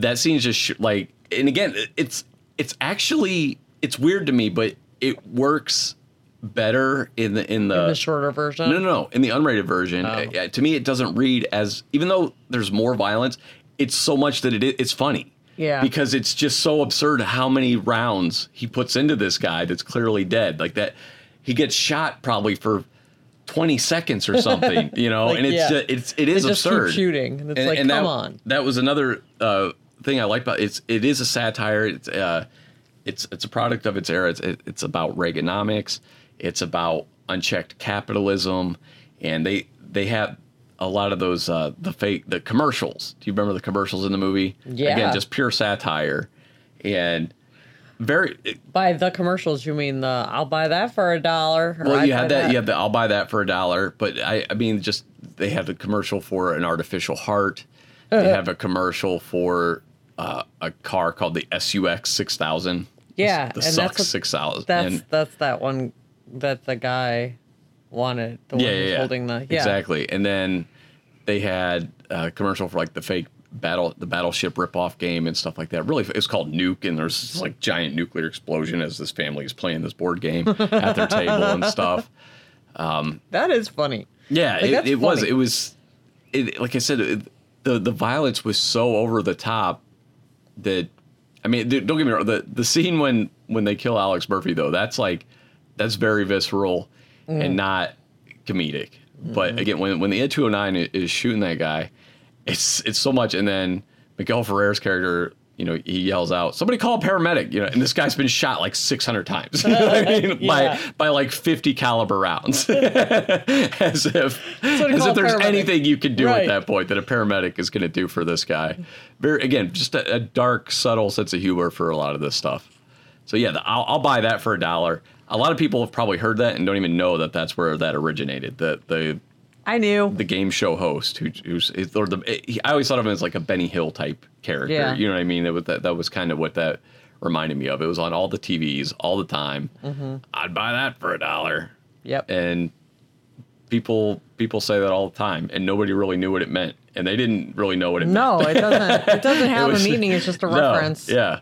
S2: that scene's just sh- like and again it- it's it's actually it's weird to me but it works better in the in the,
S1: the Oh. shorter version.
S2: Uh, no no no in the unrated version Uh, yeah, to me it doesn't read as even though there's more violence it's so much that it i- it's funny
S1: Yeah.
S2: because it's just so absurd how many rounds he puts into this guy that's clearly dead like that he gets shot probably for 20 seconds or something you know
S1: Like,
S2: and it's
S1: yeah.
S2: just, it's it is
S1: They just
S2: absurd
S1: keep shooting. And it's like,
S2: that,
S1: come on.
S2: That was another uh, thing I liked about it's. It is a satire. It's uh, it's it's a product of its era. It's it, it's about Reaganomics. It's about unchecked capitalism, and they they have a lot of those uh, the fake the commercials. Do you remember the commercials in the movie?
S1: Yeah.
S2: Again, just pure satire, and very
S1: By the commercials, you mean the I'll buy that for a dollar. or
S2: well,
S1: I'd
S2: you
S1: buy
S2: had that. You had the. I'll buy that for a dollar. But I, I mean, just they have a commercial for an artificial heart.
S1: Uh-huh.
S2: They have a commercial for uh, a car called the SUX six thousand.
S1: Yeah,
S2: the
S1: and that's
S2: SUX
S1: what-
S2: six thousand.
S1: That's that's that one that the guy wanted. The
S2: yeah,
S1: one
S2: yeah,
S1: who's
S2: yeah.
S1: holding the yeah.
S2: exactly. And then they had a commercial for like the fake battle, the battleship ripoff game and stuff like that. Really, it was called Nuke, and there's this like giant nuclear explosion as this family is playing this board game at their table and stuff.
S1: That is funny.
S2: Yeah, it,
S1: that's
S2: it was.
S1: funny.
S2: It was, it, like I said, it, the the violence was so over the top that, I mean, dude, don't get me wrong. The the scene when when they kill Alex Murphy though, that's like, that's very visceral
S1: Mm.
S2: and not comedic.
S1: Mm-hmm.
S2: But again, when when the Ed two hundred nine is, is shooting that guy, it's it's so much. And then Miguel Ferrer's character. You know, he yells out, "Somebody call a paramedic!" You know, and this guy's been shot like six hundred times I mean,
S1: Yeah.
S2: by by like fifty caliber rounds. as if
S1: what I
S2: as
S1: call
S2: if
S1: a
S2: there's
S1: paramedic.
S2: anything you can do
S1: Right.
S2: at that point that a paramedic is going to do for this guy. Very again, just a, a dark, subtle sense of humor for a lot of this stuff. So yeah, the, I'll, I'll buy that for a dollar. A lot of people have probably heard that and don't even know that that's where that originated. The the
S1: I knew.
S2: the game show host who, who's or the eh, he- I always thought of him as like a Benny Hill type character.
S1: Yeah.
S2: You know what I mean? That was, that, that was kind of what that reminded me of. It was on all the TVs all the time.
S1: Mm-hmm.
S2: I'd buy that for a dollar
S1: yep.
S2: and people people say that all the time and nobody really knew what it meant and they didn't really know what it meant
S1: no, it doesn't. It doesn't have
S2: was-
S1: a meaning. It's just a
S2: No,
S1: reference.
S2: yeah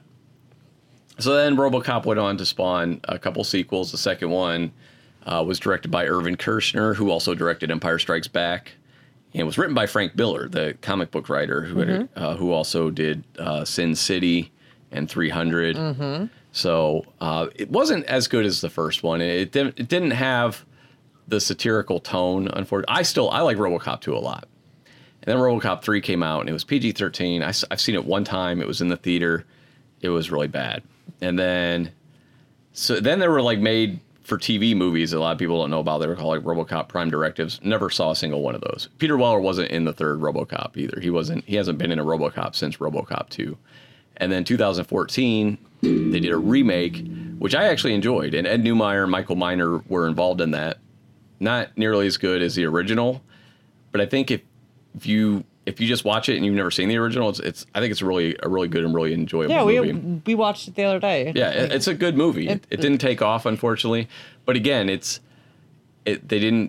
S2: so then robocop went on to spawn a couple sequels the second one uh, was directed by irvin kershner who also directed empire strikes back It was written by Frank Biller, the comic book writer who had,
S1: Mm-hmm.
S2: uh, who also did uh, Sin City and 300.
S1: Mm-hmm.
S2: So uh, it wasn't as good as the first one. It didn't, it didn't have the satirical tone. Unfortunately, I still I like RoboCop 2 a lot. And then RoboCop 3 came out and it was PG-13. I, have seen it one time. It was in the theater. It was really bad. And then so then there were like made for TV movies that a lot of people don't know about. They were called like RoboCop Prime Directives. Never saw a single one of those. Peter Weller wasn't in the third RoboCop either. He wasn't. He hasn't been in a RoboCop since RoboCop 2. And then 2014, they did a remake, which I actually enjoyed. And Ed Newmeyer and Michael Miner were involved in that. Not nearly as good as the original, but I think if if you if you just watch it and you've never seen the original, it's, it's I think it's really a really good and really enjoyable
S1: Yeah, we
S2: movie.
S1: we watched it the other day.
S2: Yeah, it, it's a good movie. It, it didn't take off, unfortunately, but again, it's it. They didn't,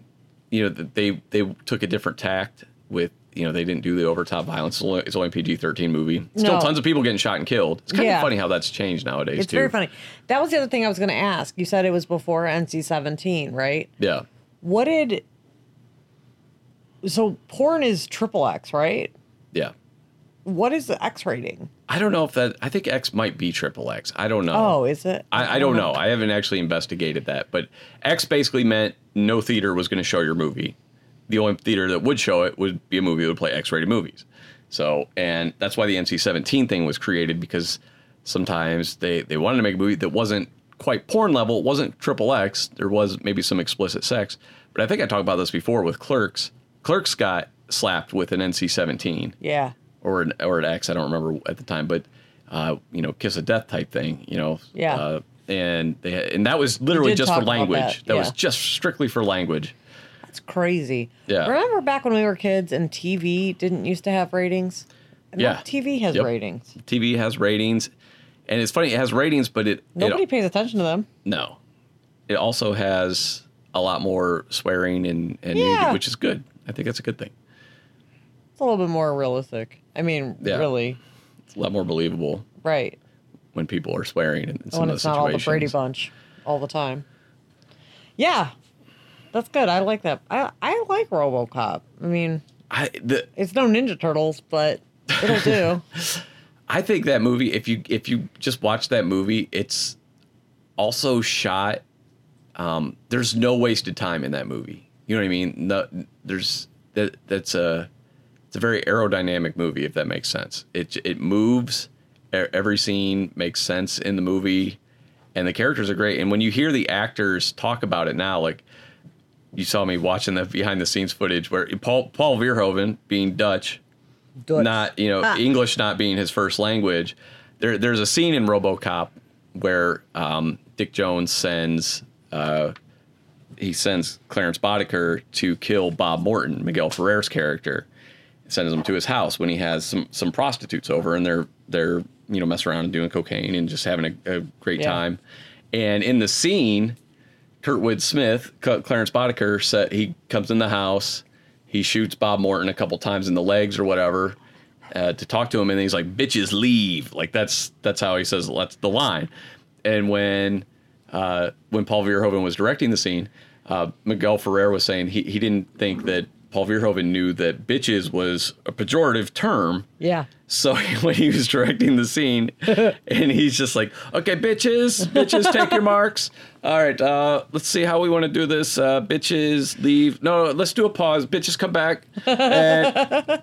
S2: you know, th- they they took a different tact with, you know, they didn't do the overtop violence. It's only, it's only a PG thirteen movie. Still,
S1: No.
S2: tons of people getting shot and killed. It's kind
S1: Yeah.
S2: of funny how that's changed nowadays.
S1: It's
S2: too.
S1: very funny. That was the other thing I was going to ask. You said it was before NC 17, right?
S2: Yeah,
S1: What did. So porn is triple X, right?
S2: yeah.
S1: What is the X rating?
S2: I don't know if that. I think X might be triple X. I don't know.
S1: Oh, is it?
S2: I, I don't know. I haven't actually investigated that, but X basically meant no theater was going to show your movie. The only theater that would show it would be a movie that would play X-rated movies. So, and that's why the NC-17 thing was created because sometimes they they wanted to make a movie that wasn't quite porn level, it wasn't triple X. There was maybe some explicit sex, but I think I talked about this before with Clerks. Clerks got slapped with an NC-17
S1: Yeah.
S2: or an or an X. I don't remember at the time, but uh, you know, kiss of death type thing. You know,
S1: Yeah.
S2: Uh, and they had, and that was literally
S1: did
S2: just for
S1: talk about
S2: language. That,
S1: that,
S2: was
S1: yeah.
S2: just strictly for language.
S1: That's crazy.
S2: Yeah.
S1: Remember back when we were kids and TV didn't used to have ratings? And
S2: Yeah.
S1: now TV has
S2: Yep.
S1: ratings.
S2: TV has ratings, and it's funny. It has ratings, but it
S1: Nobody
S2: It,
S1: pays attention to them.
S2: no, it also has a lot more swearing and and
S1: Yeah.
S2: nudity, which is good. I think that's a good thing.
S1: It's a little bit more realistic. I mean,
S2: Yeah.
S1: really.
S2: It's a lot more believable
S1: Right.
S2: when people are swearing in, in some
S1: when
S2: of
S1: it's
S2: the
S1: not all the
S2: situations.
S1: Brady Bunch all the time. Yeah, that's good. I like that. I I like RoboCop. I mean,
S2: I the
S1: it's no Ninja Turtles, but it'll do.
S2: I think that movie, if you if you just watch that movie, it's also shot. Um, there's no wasted time in that movie. You know what I mean? No, there's that. That's a it's a very aerodynamic movie, if that makes sense. It it moves. E- Every scene makes sense in the movie, and the characters are great. And when you hear the actors talk about it now, like you saw me watching the behind the scenes footage where Paul Paul Verhoeven, being Dutch,
S1: Dutch.
S2: not you know
S1: Ah.
S2: English not being his first language. There, there's a scene in RoboCop where um, Dick Jones sends uh, he sends Clarence Boddicker to kill Bob Morton, Miguel Ferrer's character. Sends him to his house when he has some some prostitutes over and they're they're you know messing around and doing cocaine and just having a, a great
S1: Yeah.
S2: time. And in the scene, Kurtwood Smith, Cl- Clarence Boddicker, said he comes in the house, he shoots Bob Morton a couple times in the legs or whatever uh, to talk to him, and he's like, "Bitches leave." Like that's that's how he says that's the line. And when uh, when Paul Verhoeven was directing the scene, uh, Miguel Ferrer was saying he, he didn't think that Paul Verhoeven knew that bitches was a pejorative term.
S1: yeah.
S2: So when he was directing the scene, and he's just like, "Okay, bitches, bitches, take your marks. All right, uh, let's see how we want to do this. Uh, bitches, leave. No, no, let's do a pause. Bitches, come back. And,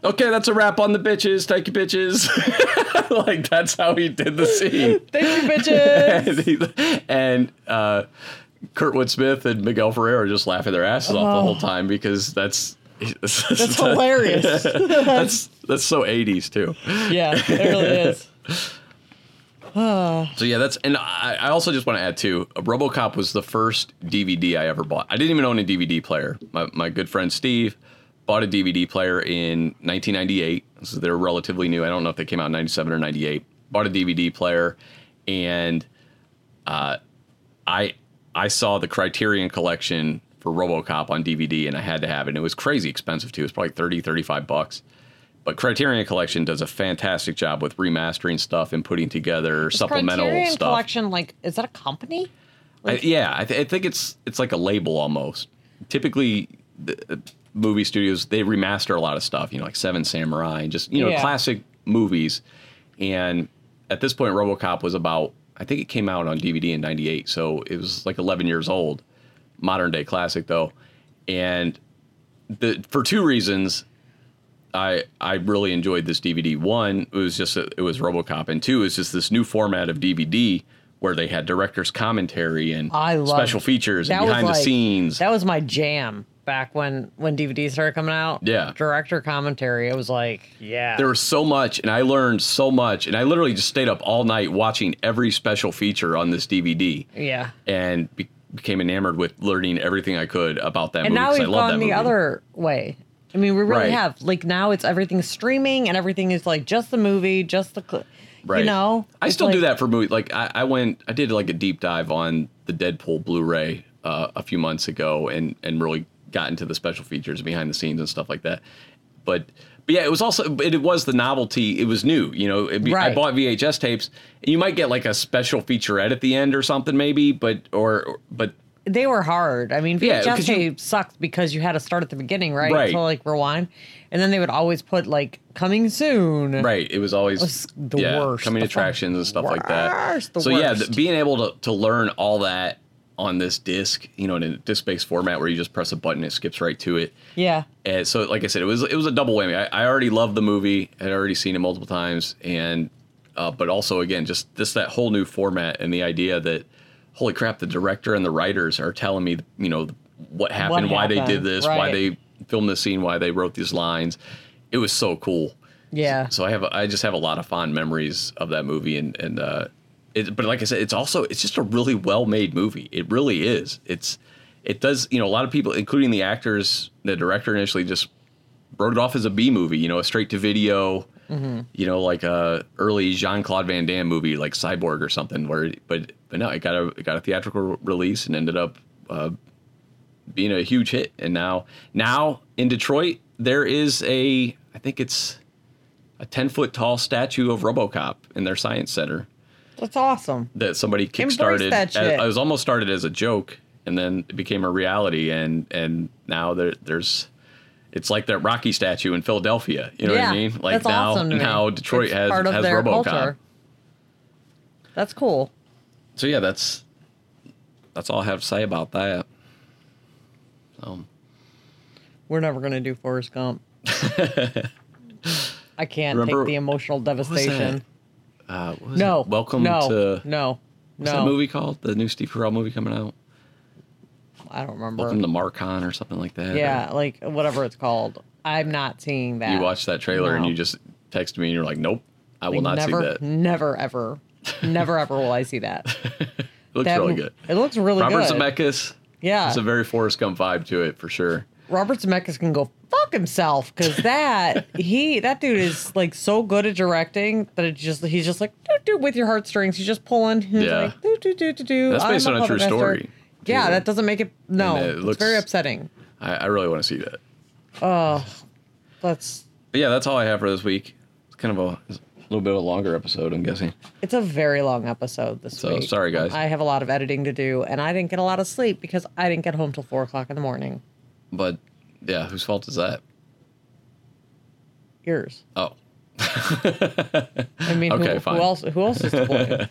S2: okay, that's a wrap on the bitches. Take your bitches. like that's how he did the scene.
S1: Thank you, bitches.
S2: and he- and uh, Kurtwood Smith and Miguel Ferrer are just laughing their asses off the whole time because that's that's,
S1: Oh. That's hilarious.
S2: that's that's so 80s too.
S1: yeah, it really is.
S2: So yeah, that's and I, I also just want to add too. RoboCop was the first DVD I ever bought. I didn't even own a DVD player. My my good friend Steve bought a DVD player in 1998, so they're relatively new. I don't know if they came out in 97 or 98. Bought a DVD player, and I I saw the Criterion collection for RoboCop on DVD and I had to have it. And it was crazy expensive too. It was probably 30 35 bucks. But Criterion Collection does a fantastic job with remastering stuff and putting together supplemental
S1: Criterion
S2: stuff.
S1: Collection, like, is that a company?
S2: I, yeah, I, th- I think it's it's like a label almost. Typically, the, uh, movie studios they remaster a lot of stuff. You know, like Seven Samurai, and just you know,
S1: Yeah.
S2: classic movies. And at this point, RoboCop was about I think it came out on DVD in '98, so it was like 11 years old. Modern day classic though, and the for two reasons. I, I really enjoyed this DVD. One, it was just a, it was RoboCop, and two, it was just this new format of DVD where they had director's commentary and
S1: I loved-
S2: special features and
S1: That was
S2: behind the
S1: like-
S2: scenes.
S1: That was my jam back when when DVDs started coming out.
S2: Yeah.
S1: Director commentary. It was like, yeah.
S2: there was so much and i learned so much and i literally just stayed up all night watching every special feature on this dvd
S1: yeah.
S2: and be- became enamored with learning everything i could about that
S1: And
S2: movie
S1: now
S2: 'cause
S1: we've
S2: i love that
S1: gone the
S2: movie
S1: other way. I mean, we really
S2: Right.
S1: have. Like now, it's everything streaming, and everything is like just the movie, just the, cl-
S2: right
S1: you know.
S2: i
S1: It's
S2: still do
S1: like-
S2: that for movies like I, I went i did like a deep dive on the deadpool blu-ray uh, a few months ago and and really got into the special features behind the scenes and stuff like that but but yeah, it was also it, it was the novelty. It was new, you know. It, be I
S1: Right.
S2: bought VHS tapes. You might get like a special featurette at the end or something, maybe. But or or- but
S1: They were hard. I mean,
S2: Yeah,
S1: VHS
S2: 'cause you-
S1: tape sucked because you had to start at the beginning, right?
S2: Right.
S1: To like rewind, and then they would always put like coming soon.
S2: Right. It was always
S1: was the
S2: yeah,
S1: worst,
S2: coming
S1: the
S2: attractions and stuff like that.
S1: worst, the
S2: so yeah, th-
S1: worst.
S2: being able to, to learn all that on this disc, you know, in a disc-based format where you just press a button, it skips right to it.
S1: Yeah.
S2: And so, like I said, it was it was a double whammy. I, I already loved the movie, had already seen it multiple times, and uh, but also again, just just that whole new format and the idea that holy crap, the director and the writers are telling me, you know, what happened, why they did
S1: happened,
S2: this, why
S1: right.
S2: they filmed this scene, why they wrote these lines. It was so cool.
S1: Yeah.
S2: So I have I just have a lot of fond memories of that movie and and uh, it, but like I said, it's also it's just a really well made movie. It really is. It's it does you know a lot of people, including the actors, the director initially just wrote it off as a B movie. You know, a straight to video. You know, like a early Jean Claude Van Damme movie, like Cyborg or something. Where but but no, it got a it got a theatrical re- release and ended up uh, being a huge hit. And now now in Detroit there is a I think it's a 10 foot tall statue of RoboCop in their science center
S1: That's awesome.
S2: that somebody
S1: Embrace
S2: kickstarted.
S1: that
S2: as-
S1: shit.
S2: It was almost started as a joke and then it became a reality. And, and now there, there's, it's like that Rocky statue in Philadelphia. You know what
S1: Yeah,
S2: I mean? Like
S1: that's
S2: now,
S1: awesome to me.
S2: now Detroit
S1: It's
S2: has,
S1: part of
S2: has
S1: their
S2: RoboCop.
S1: culture. That's cool.
S2: So yeah, that's, that's all I have to say about that. Um,
S1: We're never gonna do Forrest Gump. I can't
S2: Remember-
S1: take the emotional
S2: was that?
S1: devastation.
S2: uh, what was
S1: No.
S2: it? Welcome
S1: no,
S2: to,
S1: no,
S2: what's
S1: no. Uh,
S2: that movie called? The new Steve Carell movie coming out?
S1: I don't remember.
S2: Welcome to Marcon or something like that.
S1: yeah, like whatever it's called. I'm not seeing that.
S2: you watched that trailer and
S1: No.
S2: you just texted me and you're like, nope, I will
S1: Like,
S2: not
S1: never,
S2: see that. It
S1: Never ever, never ever will I see that.
S2: looks
S1: That-
S2: really good.
S1: It looks really
S2: Robert
S1: good.
S2: Zemeckis.
S1: Yeah.
S2: It's a very Forrest Gump vibe to it for sure.
S1: Robert Zemeckis can go fuck himself because that he that dude is like so good at directing that it just he's just like do do with your heartstrings. He's just pulling. He's
S2: Yeah.
S1: like do do do do do.
S2: That's based
S1: I'm
S2: on a true
S1: puppet master."
S2: story,
S1: Yeah,
S2: too.
S1: that doesn't make it. No,
S2: And it
S1: it's
S2: looks-
S1: very upsetting.
S2: I, I really want to see that.
S1: Oh, that's
S2: But yeah, that's all I have for this week. It's kind of a, it's a little bit of a longer episode, I'm guessing.
S1: It's a very long episode this
S2: So,
S1: week.
S2: sorry, guys.
S1: I have a lot of editing to do, and I didn't get a lot of sleep because I didn't get home till four o'clock in the morning.
S2: But yeah, whose fault is that?
S1: Yours.
S2: Oh,
S1: I mean,
S2: Okay,
S1: who,
S2: fine.
S1: who else? Who else is to blame?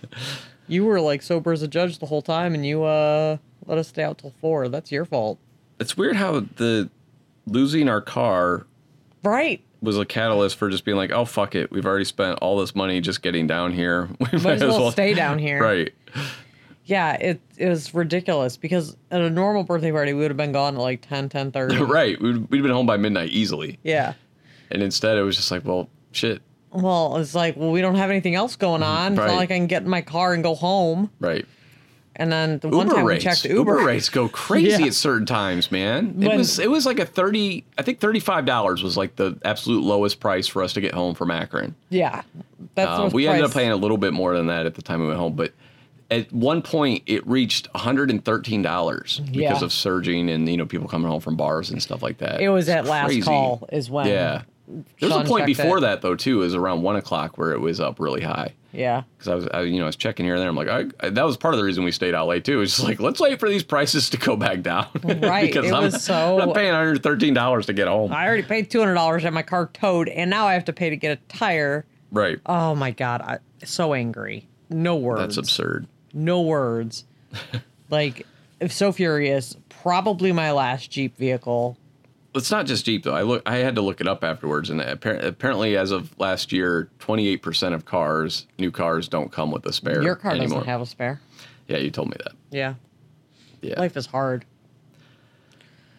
S1: you were like sober as a judge the whole time, and you uh let us stay out till four. That's your fault,
S2: it's weird how the losing our car
S1: right?
S2: was a catalyst for just being like, oh fuck it, we've already spent all this money just getting down here. We
S1: Might as well stay down here.
S2: Right.
S1: Yeah, it it was ridiculous because at a normal birthday party we would have been gone at like 10, 10.30.
S2: Right. We'd, we'd been home by midnight easily.
S1: Yeah.
S2: And instead, it was just like, well, shit.
S1: Well, it's like, well, we don't have anything else going on. It's
S2: Mm, Right.
S1: not like I can get in my car and go home.
S2: Right.
S1: And then the one
S2: Uber
S1: time
S2: rates.
S1: we checked
S2: Uber. rates go crazy
S1: Yeah.
S2: at certain times, man. It
S1: When-
S2: was it was like a thirty. I think thirty five dollars was like the absolute lowest price for us to get home from Akron.
S1: Yeah. That's
S2: Uh,
S1: what
S2: we ended up
S1: price-
S2: paying a little bit more than that at the time we went home, but at one point it reached one hundred and thirteen dollars because
S1: Yeah.
S2: of surging and you know people coming home from bars and stuff like that.
S1: It was at last
S2: Crazy.
S1: call is when.
S2: Yeah. There was a
S1: Sean
S2: point
S1: checked
S2: before
S1: it.
S2: that though too, is around one o'clock where it was up really high.
S1: Yeah.
S2: because I was, I, you know, I was checking here and there. I'm like, I, I- that was part of the reason we stayed out late too. It's just like, let's wait for these prices to go back down.
S1: Right,
S2: because
S1: it
S2: I'm,
S1: was so-
S2: I'm paying 113 dollars to get home.
S1: I already paid two hundred dollars and my car towed, and now I have to pay to get a tire.
S2: right.
S1: Oh my god, I so angry. No words.
S2: That's absurd.
S1: no words. like so furious. Probably my last Jeep vehicle.
S2: It's not just Jeep though. I look, I had to look it up afterwards, and appar- apparently, as of last year, 28 percent of cars, new cars, don't come with a spare.
S1: Your car
S2: anymore.
S1: doesn't have a spare.
S2: Yeah, you told me that.
S1: Yeah.
S2: Yeah.
S1: Life is hard.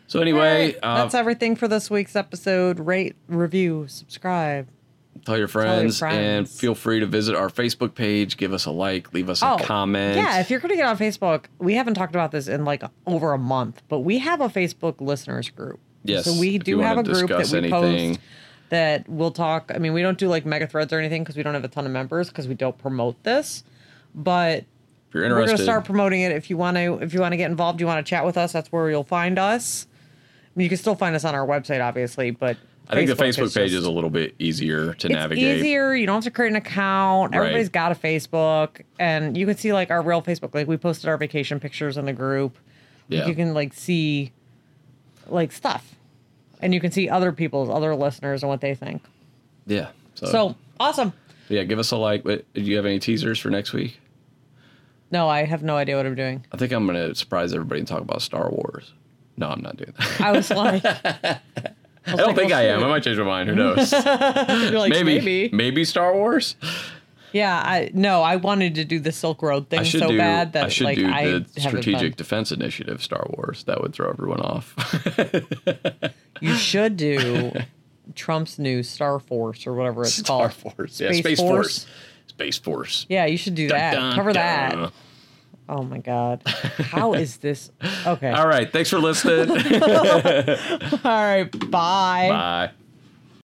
S2: so anyway,
S1: Alright,
S2: uh,
S1: that's everything for this week's episode. Rate, review, subscribe.
S2: tell your
S1: your
S2: friends, and
S1: friends.
S2: feel free to visit our Facebook page. Give us a like, leave us a comment.
S1: Oh, Yeah, if you're going to get on Facebook, we haven't talked about this in like over a month, but we have a Facebook listeners group.
S2: Yes,
S1: So we
S2: if
S1: do
S2: you
S1: have a
S2: wanna
S1: group that
S2: discuss
S1: we
S2: anything.
S1: post that we'll talk. I mean, we don't do like mega threads or anything because we don't have a ton of members because we don't promote this, but
S2: If you're
S1: we're going
S2: interested,
S1: to start promoting it. If you want to, if you want to get involved, you want to chat with us, that's where you'll find us. I mean, you can still find us on our website, obviously, but
S2: I think the
S1: is
S2: Facebook page
S1: just-
S2: is a little bit easier to
S1: it's
S2: navigate.
S1: easier. You don't have to create an account.
S2: Right.
S1: Everybody's got a Facebook, and you can see like our real Facebook. Like we posted our vacation pictures in the group. Like,
S2: Yeah.
S1: you can like see like stuff, and you can see other people's other listeners and what they think.
S2: Yeah. So,
S1: So awesome.
S2: yeah, give us a like. But do you have any teasers for next week?
S1: No, I have no idea what I'm doing.
S2: I think I'm gonna surprise everybody and talk about Star Wars. No, I'm not doing that.
S1: I was like,
S2: I don't think I am. I might change my mind. Who knows?
S1: You're like,
S2: maybe,
S1: maybe.
S2: maybe Star Wars.
S1: Yeah, I no, I wanted to do the Silk Road thing
S2: I should
S1: so
S2: do.
S1: bad that
S2: I should
S1: like
S2: do
S1: I
S2: the
S1: haven't
S2: Strategic
S1: done.
S2: Defense Initiative Star Wars. That would throw everyone off.
S1: You should do Trump's new Star Force or whatever it's
S2: Star
S1: called.
S2: Force. Yeah,
S1: Space
S2: Space, Force.
S1: Force.
S2: Space Force.
S1: Yeah, you should do that.
S2: Dun,
S1: Cover
S2: dun.
S1: that. Oh my god. How is this? Okay.
S2: All right. Thanks for listening.
S1: All right. Bye.
S2: Bye.